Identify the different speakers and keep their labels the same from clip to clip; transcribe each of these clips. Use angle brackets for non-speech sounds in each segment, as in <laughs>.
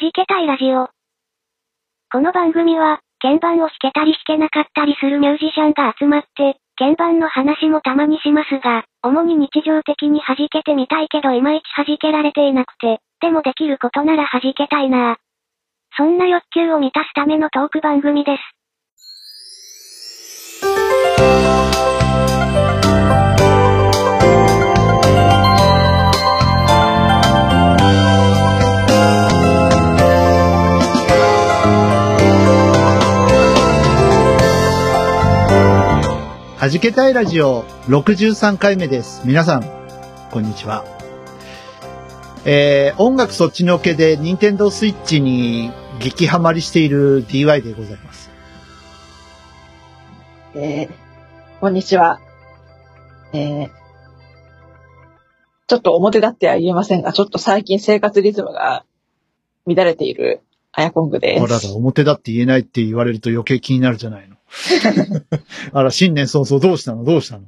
Speaker 1: じけたいラジオ。この番組は、鍵盤を弾けたり弾けなかったりするミュージシャンが集まって、鍵盤の話もたまにしますが、主に日常的に弾けてみたいけどいまいち弾けられていなくて、でもできることなら弾けたいなぁ。そんな欲求を満たすためのトーク番組です。
Speaker 2: はじけたいラジオ63回目です。皆さん、こんにちは。えー、音楽そっちのけで任天堂スイッチに激ハマりしている DY でございます。
Speaker 3: えーこんにちは。えーちょっと表立っては言えませんが、ちょっと最近生活リズムが乱れているアヤコングで
Speaker 2: あら
Speaker 3: す
Speaker 2: ら、。表だって言えないって言われると余計気になるじゃないの。 <laughs> あら、新年早々どうしたのどうしたの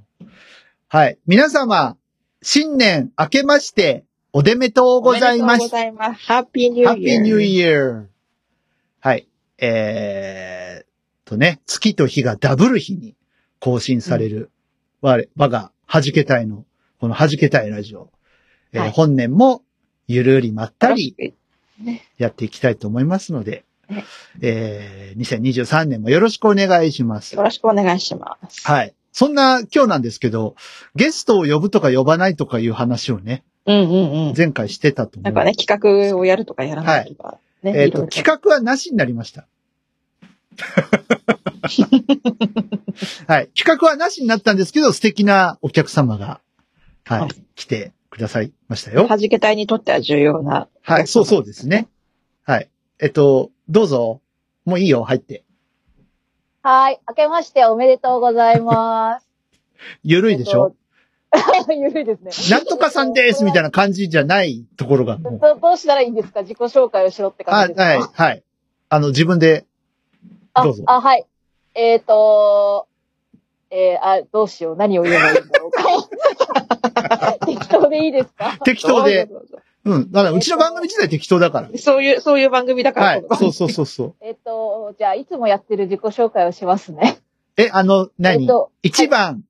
Speaker 2: はい。皆様、新年明けまして、お出めとうございま
Speaker 3: おめでとう
Speaker 2: す
Speaker 3: ご。ざいます。ハッピーニュ
Speaker 2: ハ
Speaker 3: ー
Speaker 2: ッ
Speaker 3: イ
Speaker 2: ピ
Speaker 3: ヤ
Speaker 2: ー
Speaker 3: ー。
Speaker 2: ニューイヤー。はい。えー、とね、月と日がダブル日に更新される、我、我が弾けたいの、この弾けたいラジオ。えー
Speaker 3: はい
Speaker 2: 本年もゆるりまったり
Speaker 3: イ
Speaker 2: やっていきたいと思いますので
Speaker 3: ね、
Speaker 2: えー、2023年もよろしくお願いします
Speaker 3: よ。ろしくお願いします。
Speaker 2: はい。そんな今日なんですけど、ゲストを呼ぶとか呼ばないとかいう話をね、
Speaker 3: うんうんうん。
Speaker 2: 前回してたと思
Speaker 3: な
Speaker 2: うん
Speaker 3: かね、企画をやるとかやらないとか、ね。
Speaker 2: えっ、
Speaker 3: いろい
Speaker 2: と、
Speaker 3: ろ
Speaker 2: 企画はなしになりました。
Speaker 3: <laughs>
Speaker 2: はい。企画はなしになったんですけど、素敵なお客様が、は
Speaker 3: はいい、
Speaker 2: 来てくださいましたよ。
Speaker 3: はじけ隊にとっては重要な。
Speaker 2: はい。そうそうですね。。はい。えっと、どうぞ。もういいよ、入って。
Speaker 4: はい。明けましておめでとうございます。
Speaker 2: <laughs> ゆるいでし
Speaker 4: <laughs>
Speaker 2: ょ、
Speaker 4: ゆるいですね。
Speaker 2: なんとかさんですみたいな感じじゃないところがもう。
Speaker 4: どどうしたらいいんですか自己紹介をしろって
Speaker 2: あ
Speaker 4: 感じですか
Speaker 2: はい、はい。あの、自分で、
Speaker 4: あ
Speaker 2: どうぞ
Speaker 4: あ、はい。えっ、ー、と、えー、あ、どうしよう。何を言えばいいんだろうか。
Speaker 2: <laughs>
Speaker 4: 適当でいいですか
Speaker 2: 適当で。
Speaker 3: どうぞどう
Speaker 2: うん。だから、うちの番組自体適当だから。
Speaker 3: ぞ。そういう、そういう番組だから。
Speaker 2: はい。そうそうそうそう。
Speaker 4: えっ、と、じゃあ、いつもやってる自己紹介をしますね。
Speaker 2: え、あの、
Speaker 4: え
Speaker 2: 何
Speaker 4: っと、
Speaker 2: 一番、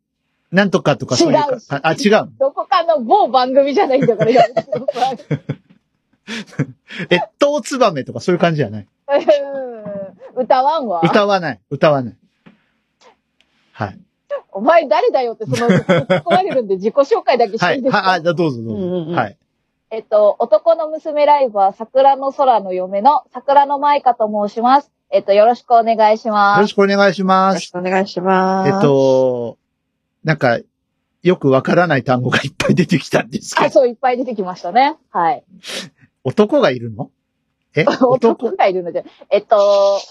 Speaker 2: なんとかとかそういう
Speaker 4: 違
Speaker 2: か
Speaker 4: うし、
Speaker 2: あ、違う。
Speaker 4: どこかの某番組じゃないんだ
Speaker 2: <laughs>
Speaker 4: から、やめてください
Speaker 2: 越冬ツバメとかそういう感じじゃない。
Speaker 4: うん歌わんわ。
Speaker 2: 歌わない。歌わない。はい。
Speaker 4: お前誰だよって、
Speaker 2: <laughs>
Speaker 4: その、突っ込まれるんで自己紹介だけして
Speaker 2: はい
Speaker 4: い
Speaker 2: い。
Speaker 4: ですか、
Speaker 2: は、あ、じゃあどうぞどう
Speaker 3: うんうんう
Speaker 2: ぞ。
Speaker 3: ん
Speaker 2: はい。
Speaker 4: えっと、男の娘ライブは桜の空の嫁の桜の舞香と申します。えっと、よろしくお願いし
Speaker 2: よ
Speaker 4: ま
Speaker 2: ろ
Speaker 4: す。
Speaker 2: しくお願いし
Speaker 3: よ
Speaker 2: ま
Speaker 3: ろし
Speaker 2: す。
Speaker 3: くお願いします。
Speaker 2: えっ、と、なんか、よくわからない単語がいっぱい出てきたんですけ
Speaker 4: あ、
Speaker 2: ど、
Speaker 4: そう、いっぱい出てきましたね。はい。
Speaker 2: 男がいるのえ
Speaker 4: 男
Speaker 2: 男
Speaker 4: がいるので。えっと、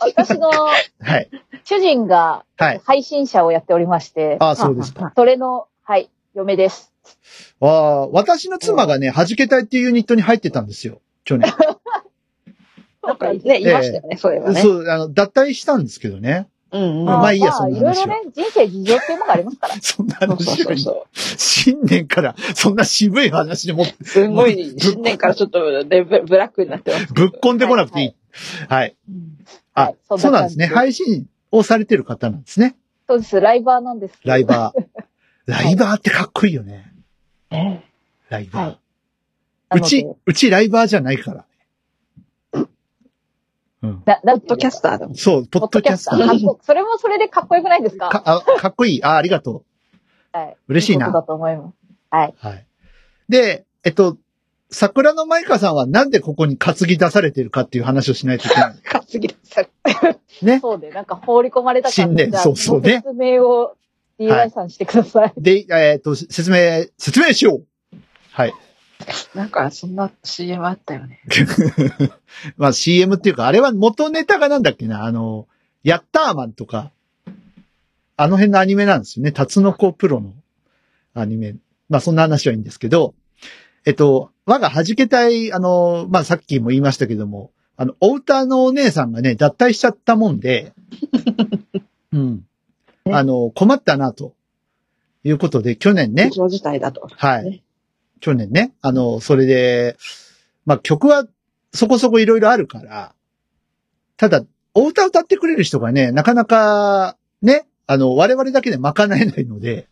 Speaker 4: 私の
Speaker 2: はい。
Speaker 4: 主人が
Speaker 2: はい。
Speaker 4: 配信者をやっておりまして、
Speaker 2: あ、そうですか。
Speaker 3: か。
Speaker 4: それの、はい、嫁です。
Speaker 2: ああ、私の妻がね、弾けたいっていうユニットに入ってたんですよ。去年。
Speaker 3: なんかね、いましたよね、 <laughs> そういえばね。
Speaker 2: そう、あの、脱退したんですけどね。
Speaker 3: うんうん。
Speaker 2: まあいいやそん
Speaker 4: い
Speaker 2: な
Speaker 4: ろい
Speaker 2: 話
Speaker 4: ろ
Speaker 2: は
Speaker 4: ね、人生事情っていうのがありますから。
Speaker 2: そんな
Speaker 3: そうそう
Speaker 2: 話よ
Speaker 3: そう
Speaker 2: り
Speaker 3: そ
Speaker 2: 新年から、そんな渋い話でも
Speaker 3: う。すんごい、新年からちょっとレベブラックになってます。
Speaker 2: ぶっこんでこなくていい。はい。あ、
Speaker 4: はい
Speaker 2: そ
Speaker 4: そ
Speaker 2: うんな
Speaker 4: な
Speaker 2: で
Speaker 4: ん感
Speaker 2: す
Speaker 4: じ
Speaker 2: ね。配信をされてる方なんですね。
Speaker 4: そうです、ライバーなんです。
Speaker 2: ライ <laughs> バー。ライバーってかっこいいよね。
Speaker 3: ね
Speaker 2: ライバー。
Speaker 4: はな
Speaker 2: う
Speaker 4: ので
Speaker 2: ち、うちライバーじゃないから。うん。
Speaker 4: な、なん
Speaker 3: ポッドキャスターだもん。
Speaker 2: そう、ポッドキャスター。
Speaker 4: かっこそれもそれでかっこよくないですか
Speaker 2: かあかっこいい。あ、ありがと
Speaker 4: はい。
Speaker 2: 嬉しいな
Speaker 4: ことだと思います。はい。
Speaker 2: う。はい。で、えっと、桜の舞香さんはなんでここに担ぎ出されてるかっていう話をしないといけない。
Speaker 3: かすぎる。さ
Speaker 2: ね。
Speaker 4: そうで、なんか放り込まれた感
Speaker 2: 新年
Speaker 4: じじゃあ
Speaker 2: そうそうね
Speaker 4: 説明を DY さんしてください。
Speaker 2: で、えっと、説明、説明しよう。はい。
Speaker 3: なんか、そんな CM あったよね。
Speaker 2: <laughs> まあ CM っていうか、あれは元ネタがなんだっけな、あの、ヤッターマンとか、あの辺のアニメなんですよね。タツノコプロのアニメ。まあそんな話はいいんですけど、えっと、我が弾けたい、あの、まあさっきも言いましたけども、あの、お歌のお姉さんがね、脱退しちゃったもんで、うん。あの、困ったな、ということで、去年ね
Speaker 3: 非、常事態だと。
Speaker 2: はい。
Speaker 3: ね
Speaker 2: 去年ね、あの、それで、まあ曲はそこそこいろいろあるから、ただ、お歌歌ってくれる人がね、なかなか、ね、あの、我々だけで賄えないので、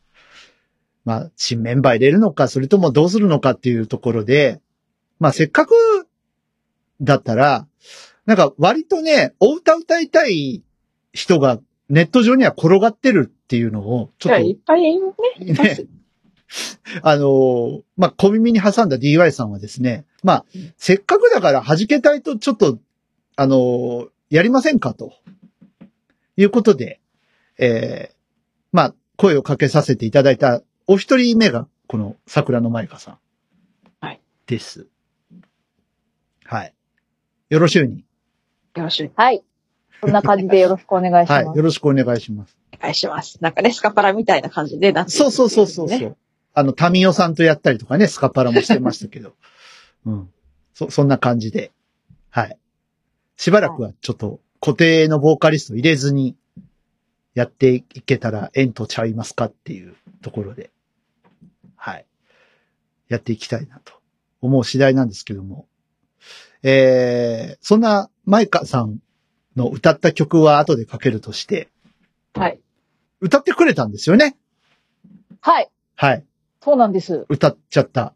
Speaker 2: まあ、新メンバー入れるのか、それともどうするのかっていうところで、まあ、せっかくだったら、なんか割とね、お歌歌いたい人がネット上には転がってるっていうのを、ち
Speaker 3: じ
Speaker 2: ょ
Speaker 3: ゃ
Speaker 2: っ
Speaker 3: あ
Speaker 2: と
Speaker 3: いっぱいね、います
Speaker 2: ね。あのーまあ、小耳に挟んだ DY さんはですね、まあ、せっかくだから弾けたいとちょっと、あのーやりませんかと。いうことで、えーまあ、声をかけさせていただいたお一人目が、この桜のまゆかさん。
Speaker 3: はい。
Speaker 2: です。はい。よろしゅうに。
Speaker 3: よろしく
Speaker 4: はい。そんな感じでよろしくお願いし
Speaker 2: はい。
Speaker 4: ま
Speaker 2: よ
Speaker 4: す。
Speaker 2: ろしくお願いします。
Speaker 3: お願いします。なんかね、スカパラみたいな感じでなっていく
Speaker 2: そうそうそうそうそう、
Speaker 3: ね
Speaker 2: あの、タミオさんとやったりとかね、スカパラもしてましたけ
Speaker 3: <laughs>
Speaker 2: ど。うん。そ、そんな感じで。はい。しばらくはちょっと固定のボーカリスト入れずにやっていけたら縁とちゃいますかっていうところで。はい。やっていきたいなと思う次第なんですけども。えー、そんなマイカさんの歌った曲は後でかけるとして、
Speaker 3: はい。
Speaker 2: 歌ってくれたんですよね。
Speaker 4: はい。
Speaker 2: はい。
Speaker 4: そうなんです。
Speaker 2: 歌っちゃった。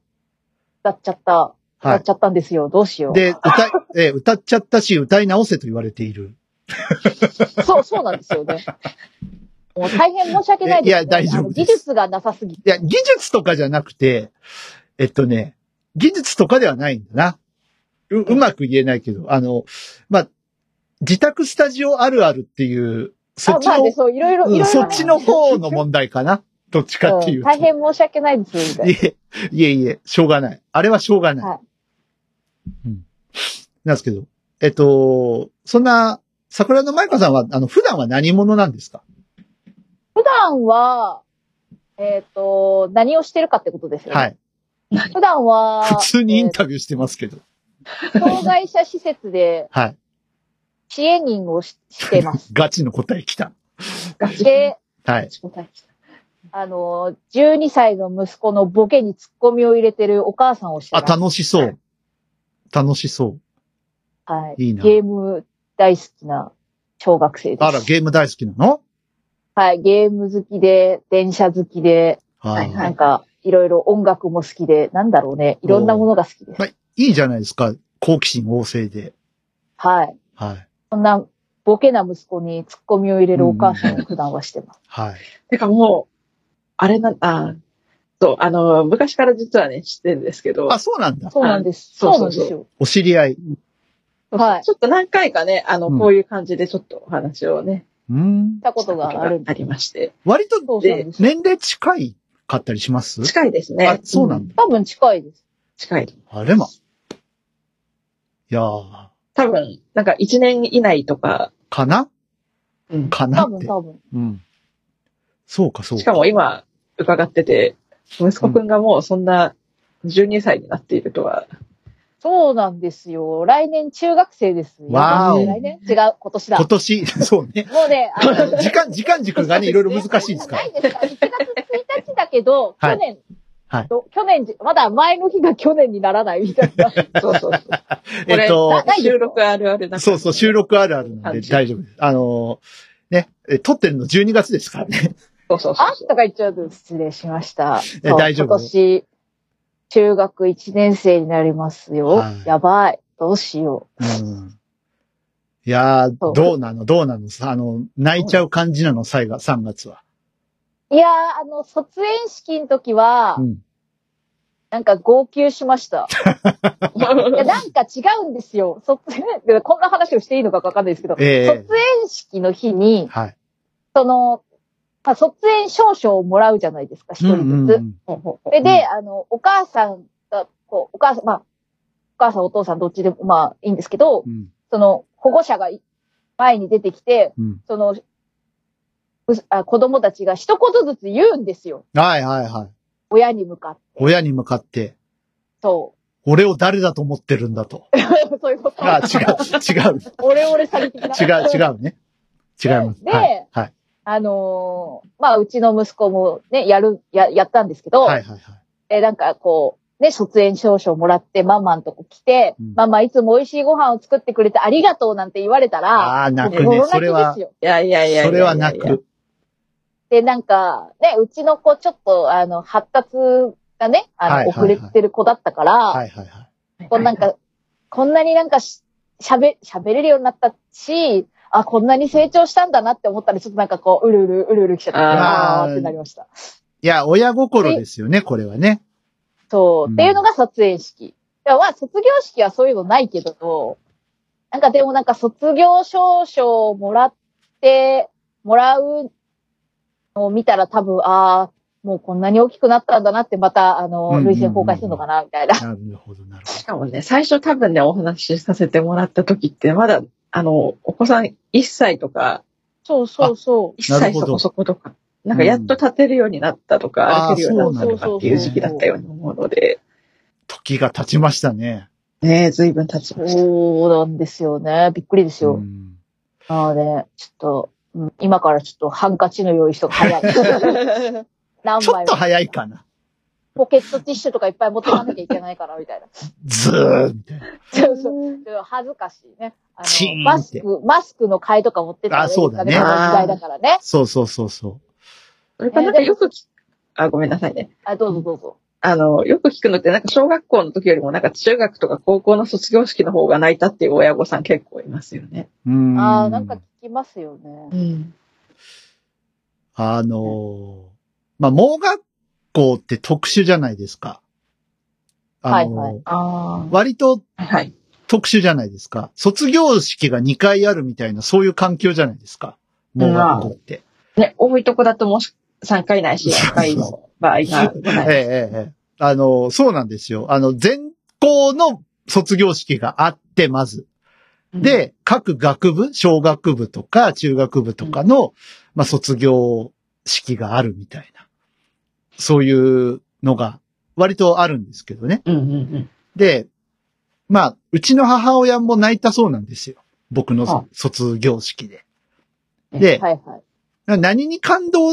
Speaker 4: 歌っちゃった。歌
Speaker 2: は
Speaker 4: っちゃったんですよ。どうしよ
Speaker 2: い。で、歌い、 <laughs> えー歌っちゃったし、歌い直せと言われている。
Speaker 4: う。そう、そうなんですよね。もう大変申し訳ないです、
Speaker 2: いや大丈夫です
Speaker 4: あの技術がなさすぎて。
Speaker 2: いや、技術とかじゃなくて、えっとね、技術とかではないんだな。う、うまく言えないけど、あの、まあ、自宅スタジオあるあるっていう、そっち
Speaker 4: あまあ
Speaker 2: の、
Speaker 4: ね、そう、いろいろ、
Speaker 2: うん
Speaker 4: いろいろ。
Speaker 2: そっちの方の問題かな。どっちかっていう
Speaker 4: うん
Speaker 2: と。
Speaker 4: 大変申し訳ないです、みたいない
Speaker 2: え、いえいえ、しょうがない。あれはしょうがない。
Speaker 4: はい
Speaker 2: うん。なんですけど、えっと、そんな、桜の舞香さんは、あの、普段は何者なんですか
Speaker 4: 普段は、えっ、と、何をしてるかってことですよね。
Speaker 2: はい。
Speaker 4: 普段は、
Speaker 2: 普通にイン
Speaker 4: え
Speaker 2: タビューしてますけど。
Speaker 4: ー障害者施設で
Speaker 2: はい。
Speaker 4: 支援員をししてます。
Speaker 2: <laughs> ガチの答え来た。
Speaker 3: ガチ
Speaker 4: で、
Speaker 2: はい。
Speaker 4: あの、12歳の息子のボケにツッコミを入れてるお母さんをして
Speaker 2: あ、
Speaker 4: ます。
Speaker 2: 楽しそう。楽しそう。
Speaker 4: はい。
Speaker 2: いいな
Speaker 4: ゲーム大好きな小学生です。
Speaker 2: あら、ゲーム大好きなの
Speaker 4: はい。ゲーム好きで、電車好きで、
Speaker 2: は
Speaker 3: はい
Speaker 2: い。
Speaker 3: はい
Speaker 4: なんか、いろいろ音楽も好きで、なんだろうね。いろんなものが好きです。
Speaker 2: まあ、いいじゃないですか。好奇心旺盛で。
Speaker 4: はい。
Speaker 2: はい。
Speaker 4: そんな、ボケな息子にツッコミを入れるお母さんを普段はしてます。
Speaker 2: はい。
Speaker 3: てかもう、あれな、あ、そう、あの、昔から実はね、知ってるんですけど、
Speaker 2: あ、そうなんだ。
Speaker 4: そうなんです。
Speaker 3: そ
Speaker 4: そうう
Speaker 3: そ
Speaker 4: な
Speaker 3: うんそう
Speaker 4: ですよ。
Speaker 2: お知り合い。
Speaker 4: はい
Speaker 3: ちょっと何回かね、あの、
Speaker 2: うん
Speaker 3: こういう感じでちょっとお話をね、
Speaker 2: うん
Speaker 4: し。たことがあるん
Speaker 3: あ
Speaker 4: で。
Speaker 3: りまして。
Speaker 2: 割と
Speaker 4: そうなんです。
Speaker 2: 年齢近いかったりします
Speaker 3: 近いです
Speaker 2: あ
Speaker 3: ね、。
Speaker 2: そうなんだ。
Speaker 4: 多分近いです。
Speaker 3: 近い。
Speaker 2: あれま。いやー、
Speaker 3: 多分、なんか1年以内とか、
Speaker 2: かな
Speaker 3: うん
Speaker 2: かな
Speaker 4: 多
Speaker 2: っ
Speaker 4: 分
Speaker 2: て。
Speaker 4: 多分。
Speaker 2: うん。そうか、そう
Speaker 3: しか
Speaker 2: か。
Speaker 3: も今、伺ってて、息子くんがもうそんな12歳になっているとは、
Speaker 4: そうなんですよ。来年中学生ですよ。
Speaker 2: わ
Speaker 3: ーお
Speaker 4: 来年違う、今年だ。
Speaker 2: 今年、 <laughs> そうね。
Speaker 4: もうね、あの、
Speaker 2: 時間、時間軸
Speaker 4: <laughs>
Speaker 2: がね、いろいろ <laughs> 難しいですか
Speaker 4: な
Speaker 2: ら
Speaker 4: い。ですか ?1 月1日だけど、
Speaker 2: はい
Speaker 4: 去年、
Speaker 2: はい
Speaker 4: ど去年じ、まだ前の日が去年にならないみたい
Speaker 2: <laughs>
Speaker 4: な。
Speaker 3: そうそうそう。こ
Speaker 2: えっ
Speaker 3: れ、
Speaker 2: と、
Speaker 4: ないですか
Speaker 3: 収録あるあるな
Speaker 2: そうそう、収録あるあるなんで
Speaker 3: 感じ
Speaker 2: 大丈夫です。あのー、ね、え撮ってるの12月ですからね。
Speaker 3: そうそうそう
Speaker 4: あ
Speaker 3: そう。
Speaker 4: とか言っちゃうと失礼しました。そう
Speaker 2: 大丈夫
Speaker 4: 今年、中学1年生になりますよ。
Speaker 2: はい
Speaker 4: やばい。どうしよ
Speaker 2: うん。いや
Speaker 4: そ
Speaker 2: ー、
Speaker 4: う
Speaker 2: どうなのどうなのさあの、泣いちゃう感じなの、最後、3月は。
Speaker 4: う。いやー、あの、卒園式の時は、
Speaker 2: うん。
Speaker 4: なんか号泣しました。いや、なんか違うんですよ。卒園、こんな話をしていいのかわかんないですけど、
Speaker 2: ええ
Speaker 4: 卒園式の日に、
Speaker 2: はい。
Speaker 4: その、まあ、卒園証書をもらうじゃないですか、一
Speaker 2: うんう
Speaker 4: 人
Speaker 2: ん
Speaker 4: ずつ。
Speaker 2: うん。
Speaker 3: ほうほう
Speaker 4: それ
Speaker 2: うん
Speaker 4: で、あの、お母さんが、こう、お母さん、まあ、お母さん、お父さん、どっちでも、まあ、いいんですけど
Speaker 2: う、ん。
Speaker 4: その、保護者がい前に出てきて、
Speaker 2: うん。
Speaker 4: その、うすあ子供たちが一言ずつ言うんですよ。
Speaker 2: はいはいはい。
Speaker 4: 親に向かって。
Speaker 2: 親に向かって、
Speaker 4: そ
Speaker 2: 俺を誰だと思ってるんだと。
Speaker 4: う。 <laughs> そういうこと。
Speaker 2: あ、違う、違う、
Speaker 4: 俺俺詐欺的な。
Speaker 2: 違う、違。うね。違います。
Speaker 4: で
Speaker 2: はい。はい。
Speaker 4: あのーまあ、うちの息子もね、やる、や、やったんですけど、
Speaker 2: はい、はい、はい。
Speaker 4: えーなんかこう、ね、卒園証書をもらって、ママんとこ来て、
Speaker 2: うん
Speaker 4: ママいつも美味しいご飯を作ってくれてありがとうなんて言われたら、
Speaker 2: ああ、泣く
Speaker 4: 心
Speaker 2: ね。
Speaker 4: 泣
Speaker 2: そ
Speaker 4: き
Speaker 2: れ
Speaker 4: で
Speaker 2: は
Speaker 4: す、よ。
Speaker 3: いやいやいやいやいやいや。
Speaker 2: それは泣く。
Speaker 4: で、なんか、ね、うちの子ちょっと、あの、発達がね、
Speaker 2: は
Speaker 4: あ
Speaker 2: い
Speaker 4: の、
Speaker 2: はいは
Speaker 4: 遅
Speaker 2: い
Speaker 4: れてる子だったから、
Speaker 2: はいはいはい。
Speaker 4: こうなんか、こんなになんかし、喋、喋れるようになったし、あ、こんなに成長したんだなって思ったら、ちょっとなんかこう、うるうる、うるうるきちゃって、
Speaker 3: あ
Speaker 2: ー
Speaker 4: あーってなりました。
Speaker 2: いや、親心ですよね、これはね。
Speaker 4: そう、
Speaker 2: うん
Speaker 4: っていうのが卒園式。いや、まあ、卒業式はそういうのないけど、なんかでもなんか卒業証書をもらって、もらうのを見たら多分、ああ、もうこんなに大きくなったんだなって、また、あ
Speaker 2: うんうんう
Speaker 4: の、
Speaker 2: ん
Speaker 4: 類線崩壊するのかな、みたいな。
Speaker 2: なるほど、なるほ
Speaker 3: しかもね、最初多分ね、お話しさせてもらった時って、まだ、あの、お子さん1歳とか、
Speaker 4: そうそうそう。
Speaker 3: 1歳そこそことか、なんかやっと立てるようになったとか、
Speaker 2: うん
Speaker 3: 歩けるようになったとかっていう
Speaker 2: あーそうなんだ
Speaker 3: 時期だったように思うので、
Speaker 2: ど。時が経ちましたね。
Speaker 3: ねえ、随分経ちました。
Speaker 4: そうなんですよね。びっくりですよ。
Speaker 2: うん
Speaker 4: なので、ちょっと、うん今からちょっとハンカチの用意しとか早い。
Speaker 2: <laughs>
Speaker 4: 何
Speaker 2: ちょっ
Speaker 4: 枚
Speaker 2: と
Speaker 4: も
Speaker 2: 早いかな。
Speaker 4: ポケットティッシュとかいっぱい持ってかなきゃいけないから、み
Speaker 2: <laughs>
Speaker 4: たいな。
Speaker 2: ずーみたいな。
Speaker 4: そうそう。ちょっと恥ずかしいね。あ
Speaker 2: チー
Speaker 4: の、
Speaker 2: ン
Speaker 4: マ
Speaker 2: っ
Speaker 4: ス
Speaker 2: て
Speaker 4: ク、マスクの替えとか持ってったらい
Speaker 2: あ
Speaker 4: い
Speaker 2: そうだね
Speaker 4: この時代だからね。
Speaker 2: そうそうそうそ
Speaker 3: それからなんかよく聞く、あ、ごめんなさいね。
Speaker 4: あ、どうぞどうぞ。
Speaker 3: あの、よく聞くのって、なんか小学校の時よりも、なんか中学とか高校の卒業式の方が泣いたっていう親御さん結構いますよね。
Speaker 2: う。うん。
Speaker 4: あーなんか聞きますよね。
Speaker 3: ん。
Speaker 2: あのーまあ、盲学校って特殊じゃないですか。あのー
Speaker 4: はいは
Speaker 3: あ
Speaker 2: 割と
Speaker 3: あ。はい。
Speaker 2: 特殊じゃないですか。卒業式が2回あるみたいな、そういう環境じゃないですか。盲学校って。
Speaker 3: ね、多いとこだともし3回ないし、4回の場合がござ
Speaker 2: え
Speaker 3: いま
Speaker 2: え
Speaker 3: す。
Speaker 2: ええええあのーそうなんですよ。あの、全校の卒業式があって、まず。で、各学部、小学部とか中学部とかの、まあ、卒業式があるみたいな。そういうのが、割とあるんですけどね。
Speaker 3: うんうんうん。
Speaker 2: で、まあ、うちの母親も泣いたそうなんですよ。僕
Speaker 3: あ
Speaker 2: の卒業式で。
Speaker 3: え
Speaker 2: で、
Speaker 4: はいはい。
Speaker 2: 何に感動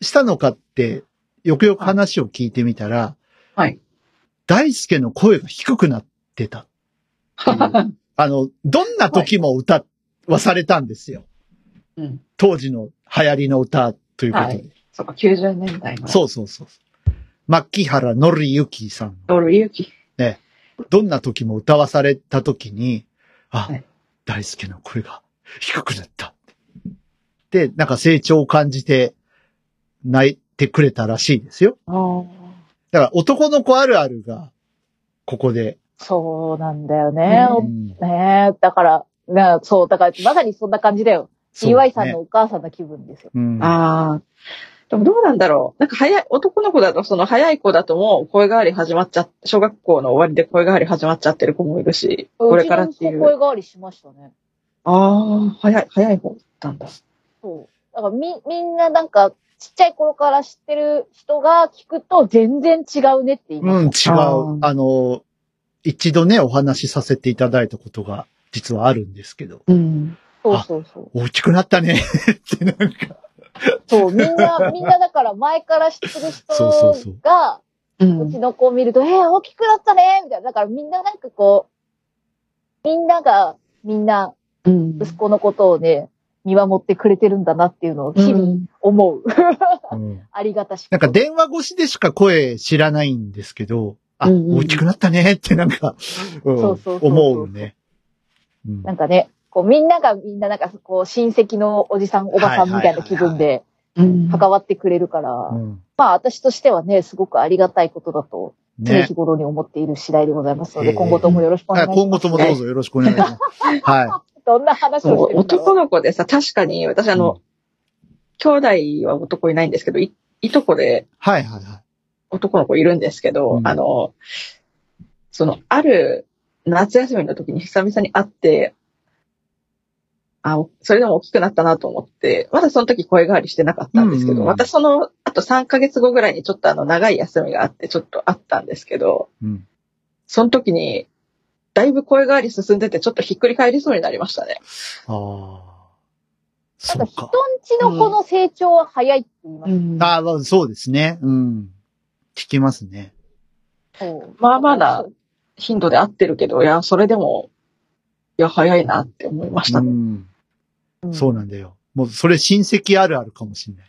Speaker 2: したのかって、よくよく話を聞いてみたら、
Speaker 3: はい。
Speaker 2: 大輔の声が低くなってた。あの、どんな時も歌はされたんですよ。
Speaker 3: <laughs> うん。
Speaker 2: 当時の流行りの歌ということで。
Speaker 3: はそっか、90年代の。う。
Speaker 2: そうそうそうそう。牧原のりゆきさんの
Speaker 3: ドルユキ。
Speaker 2: どんな時も歌わされた時に、あ、
Speaker 3: はい
Speaker 2: 大輔の声が低くなった。で、なんか成長を感じて泣いてくれたらしいですよ。
Speaker 3: ああ。
Speaker 2: だから男の子あるあるが、ここで。
Speaker 4: そうなんだよね。
Speaker 3: う
Speaker 2: うん
Speaker 4: ねえ、だから、ね、そう、だから、まさにそんな感じだよ。
Speaker 2: そう
Speaker 4: 岩井さ
Speaker 2: ね
Speaker 4: んのお母さんの気分ですよ。
Speaker 2: うん、
Speaker 3: ああ。でもどうなんだろう。なんか早い、男の子だとその早い子だともう声変わり始まっちゃ、小学校の終わりで声変わり始まっちゃってる子もいるし、これからっていう
Speaker 4: ちの
Speaker 3: う。
Speaker 4: 子声変わりしましたね。
Speaker 3: ああ、早い、早い方だったんだ。
Speaker 4: そう。だからみ、みんななんか、ちっちゃい頃から知ってる人が聞くと全然違うねって言います。
Speaker 2: うん、違う。あ
Speaker 3: あ
Speaker 2: の、一度ね、お話しさせていただいたことが実はあるんですけど、
Speaker 3: うん。
Speaker 4: そうそうそう。
Speaker 2: 大きくなったねってなんか、
Speaker 4: そう、みんな、みんなだから前から知ってる人が、
Speaker 2: そうそうそう
Speaker 3: う
Speaker 4: うちの子を見ると、えー、大きくなったねみたいな。だからみんななんかこう、みんなが、みんな、
Speaker 3: うん
Speaker 4: 息子のことをね、見守ってくれてるんだなっていうのを日々思う。 <laughs>
Speaker 2: うん
Speaker 4: ありがたし
Speaker 2: <laughs>
Speaker 4: く。
Speaker 2: なんか電話越しでしか声知らないんですけど、あ、
Speaker 3: うんうんうん
Speaker 2: 大きくなったねってなんか、うん
Speaker 4: そうそうそうそう
Speaker 2: 思うね。うん
Speaker 4: なんかね、こうみんながみんななんかこう親戚のおじさんおばさんみたいな気分で
Speaker 3: うん
Speaker 4: 関わってくれるから、
Speaker 2: うん
Speaker 4: まあ私としてはね、すごくありがたいことだと常
Speaker 2: ね
Speaker 4: 日。頃に思っている次第でございますので、
Speaker 2: えー
Speaker 4: 今後ともよろしくお願
Speaker 2: はいい、
Speaker 4: し
Speaker 2: 今後
Speaker 4: ます。
Speaker 2: ともどうぞよろしくお願いします。は
Speaker 4: どんな話
Speaker 3: そ
Speaker 4: をし
Speaker 3: う
Speaker 4: てるんだろ
Speaker 3: 男
Speaker 4: う。
Speaker 3: の子でさ、確かに、私あの、兄弟は男いないんですけど、いいとこで
Speaker 2: い。はいはいはい。
Speaker 3: 男の子いるんですけど、
Speaker 2: うん
Speaker 3: あの、その、ある夏休みの時に久々に会って、あ、おそれでも大きくなったなと思って、まだその時声変わりしてなかったんですけ
Speaker 2: うんう
Speaker 3: ど、
Speaker 2: ん
Speaker 3: またその、あと3ヶ月後ぐらいにちょっとあの、長い休みがあって、ちょっとあったんですけど、
Speaker 2: うん。
Speaker 3: その時に、だいぶ声変わり進んでて、ちょっとひっくり返りそうになりましたね。
Speaker 2: ああ。
Speaker 4: な
Speaker 2: そう
Speaker 4: んか人ん
Speaker 2: か。
Speaker 4: ちの子の成長は早いって言います。
Speaker 2: ああ、そうですね。うん。聞きますね。
Speaker 3: まあまあな頻度で合ってるけど、いや、それでも、いや、早いなって思いました
Speaker 2: う
Speaker 3: ね。
Speaker 2: ん。
Speaker 4: うん
Speaker 2: そうなんだよ。もう、それ親戚あるあるかもしれない。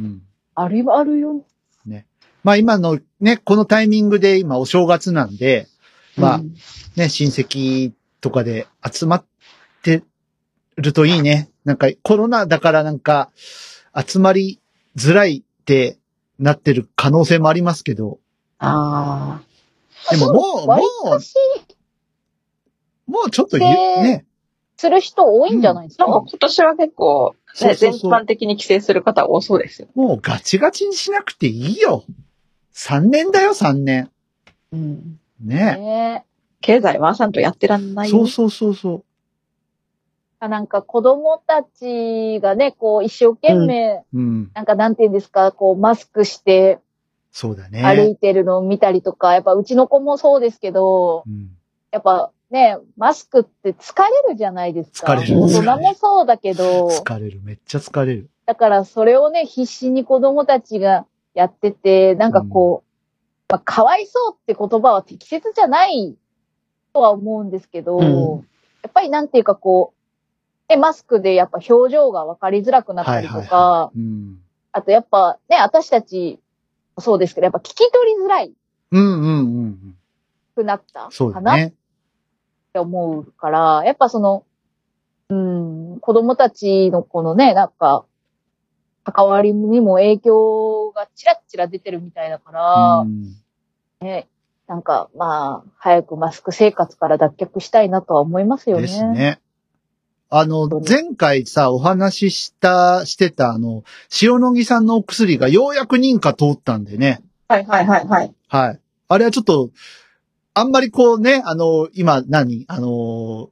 Speaker 2: うん。
Speaker 4: あるあるよ。
Speaker 2: まあ今のね、このタイミングで今お正月なんで、まあ
Speaker 3: うん
Speaker 2: ね、親戚とかで集まってるといいね。なんかコロナだからなんか集まりづらいってなってる可能性もありますけど、
Speaker 3: ああ。
Speaker 2: で
Speaker 4: <laughs>
Speaker 2: ももう、も
Speaker 4: 割か
Speaker 2: う、
Speaker 4: し、
Speaker 2: もうちょっとゆね、
Speaker 4: する人多いんじゃないです
Speaker 3: な
Speaker 4: か、
Speaker 3: んか今年は結構、
Speaker 2: そう
Speaker 3: ね、
Speaker 2: そう
Speaker 3: 全
Speaker 2: そう
Speaker 3: 般的に帰省する方多そうですよ。
Speaker 2: もうガチガチにしなくていいよ。3年だよ、3年。
Speaker 3: うん。
Speaker 2: ね。
Speaker 4: ね
Speaker 3: 経済回さんとやってらんないよ
Speaker 2: そうそうそうそう。
Speaker 4: え。なんか子供たちがね、こう一生懸命、
Speaker 2: うん。
Speaker 4: なんかなんていうんですか、こうマスクして
Speaker 2: そうだね。
Speaker 4: 歩いてるのを見たりとか、やっぱうちの子もそうですけど、
Speaker 2: うん。
Speaker 4: やっぱね、マスクって疲れるじゃないですか。
Speaker 2: 疲れる
Speaker 4: 大人もそうだけど、
Speaker 2: 疲れる。めっちゃ疲れる。
Speaker 4: だからそれをね、必死に子供たちがやってて、なんかこう、まあ、かわいそうって言葉は適切じゃないとは思うんですけど、
Speaker 3: うん
Speaker 4: やっぱりなんていうかこう、ねマスクでやっぱ表情が分かりづらくなったりとか、
Speaker 2: はい。うん。
Speaker 4: あとやっぱね、私たちもそうですけど、やっぱ聞き取りづらい
Speaker 2: うんうんうんうん。
Speaker 4: くなった
Speaker 2: そう
Speaker 4: か
Speaker 2: だ
Speaker 4: なっ
Speaker 2: ね。
Speaker 4: って思うから、やっぱその、うん、子供たちのこのね、なんか、関わりにも影響がちらちら出てるみたいだから、
Speaker 2: うん
Speaker 4: なんかまあ、早くマスク生活から脱却したいなとは思いますよね。
Speaker 2: ですね。あの
Speaker 4: 本、当
Speaker 2: 前回さ、お話しした、してた、あの、塩野義さんのお薬がようやく認可通ったんでね。
Speaker 3: はいはいはいはい。
Speaker 2: はい。あれはちょっと、あんまりこうね、あの、今何、あの、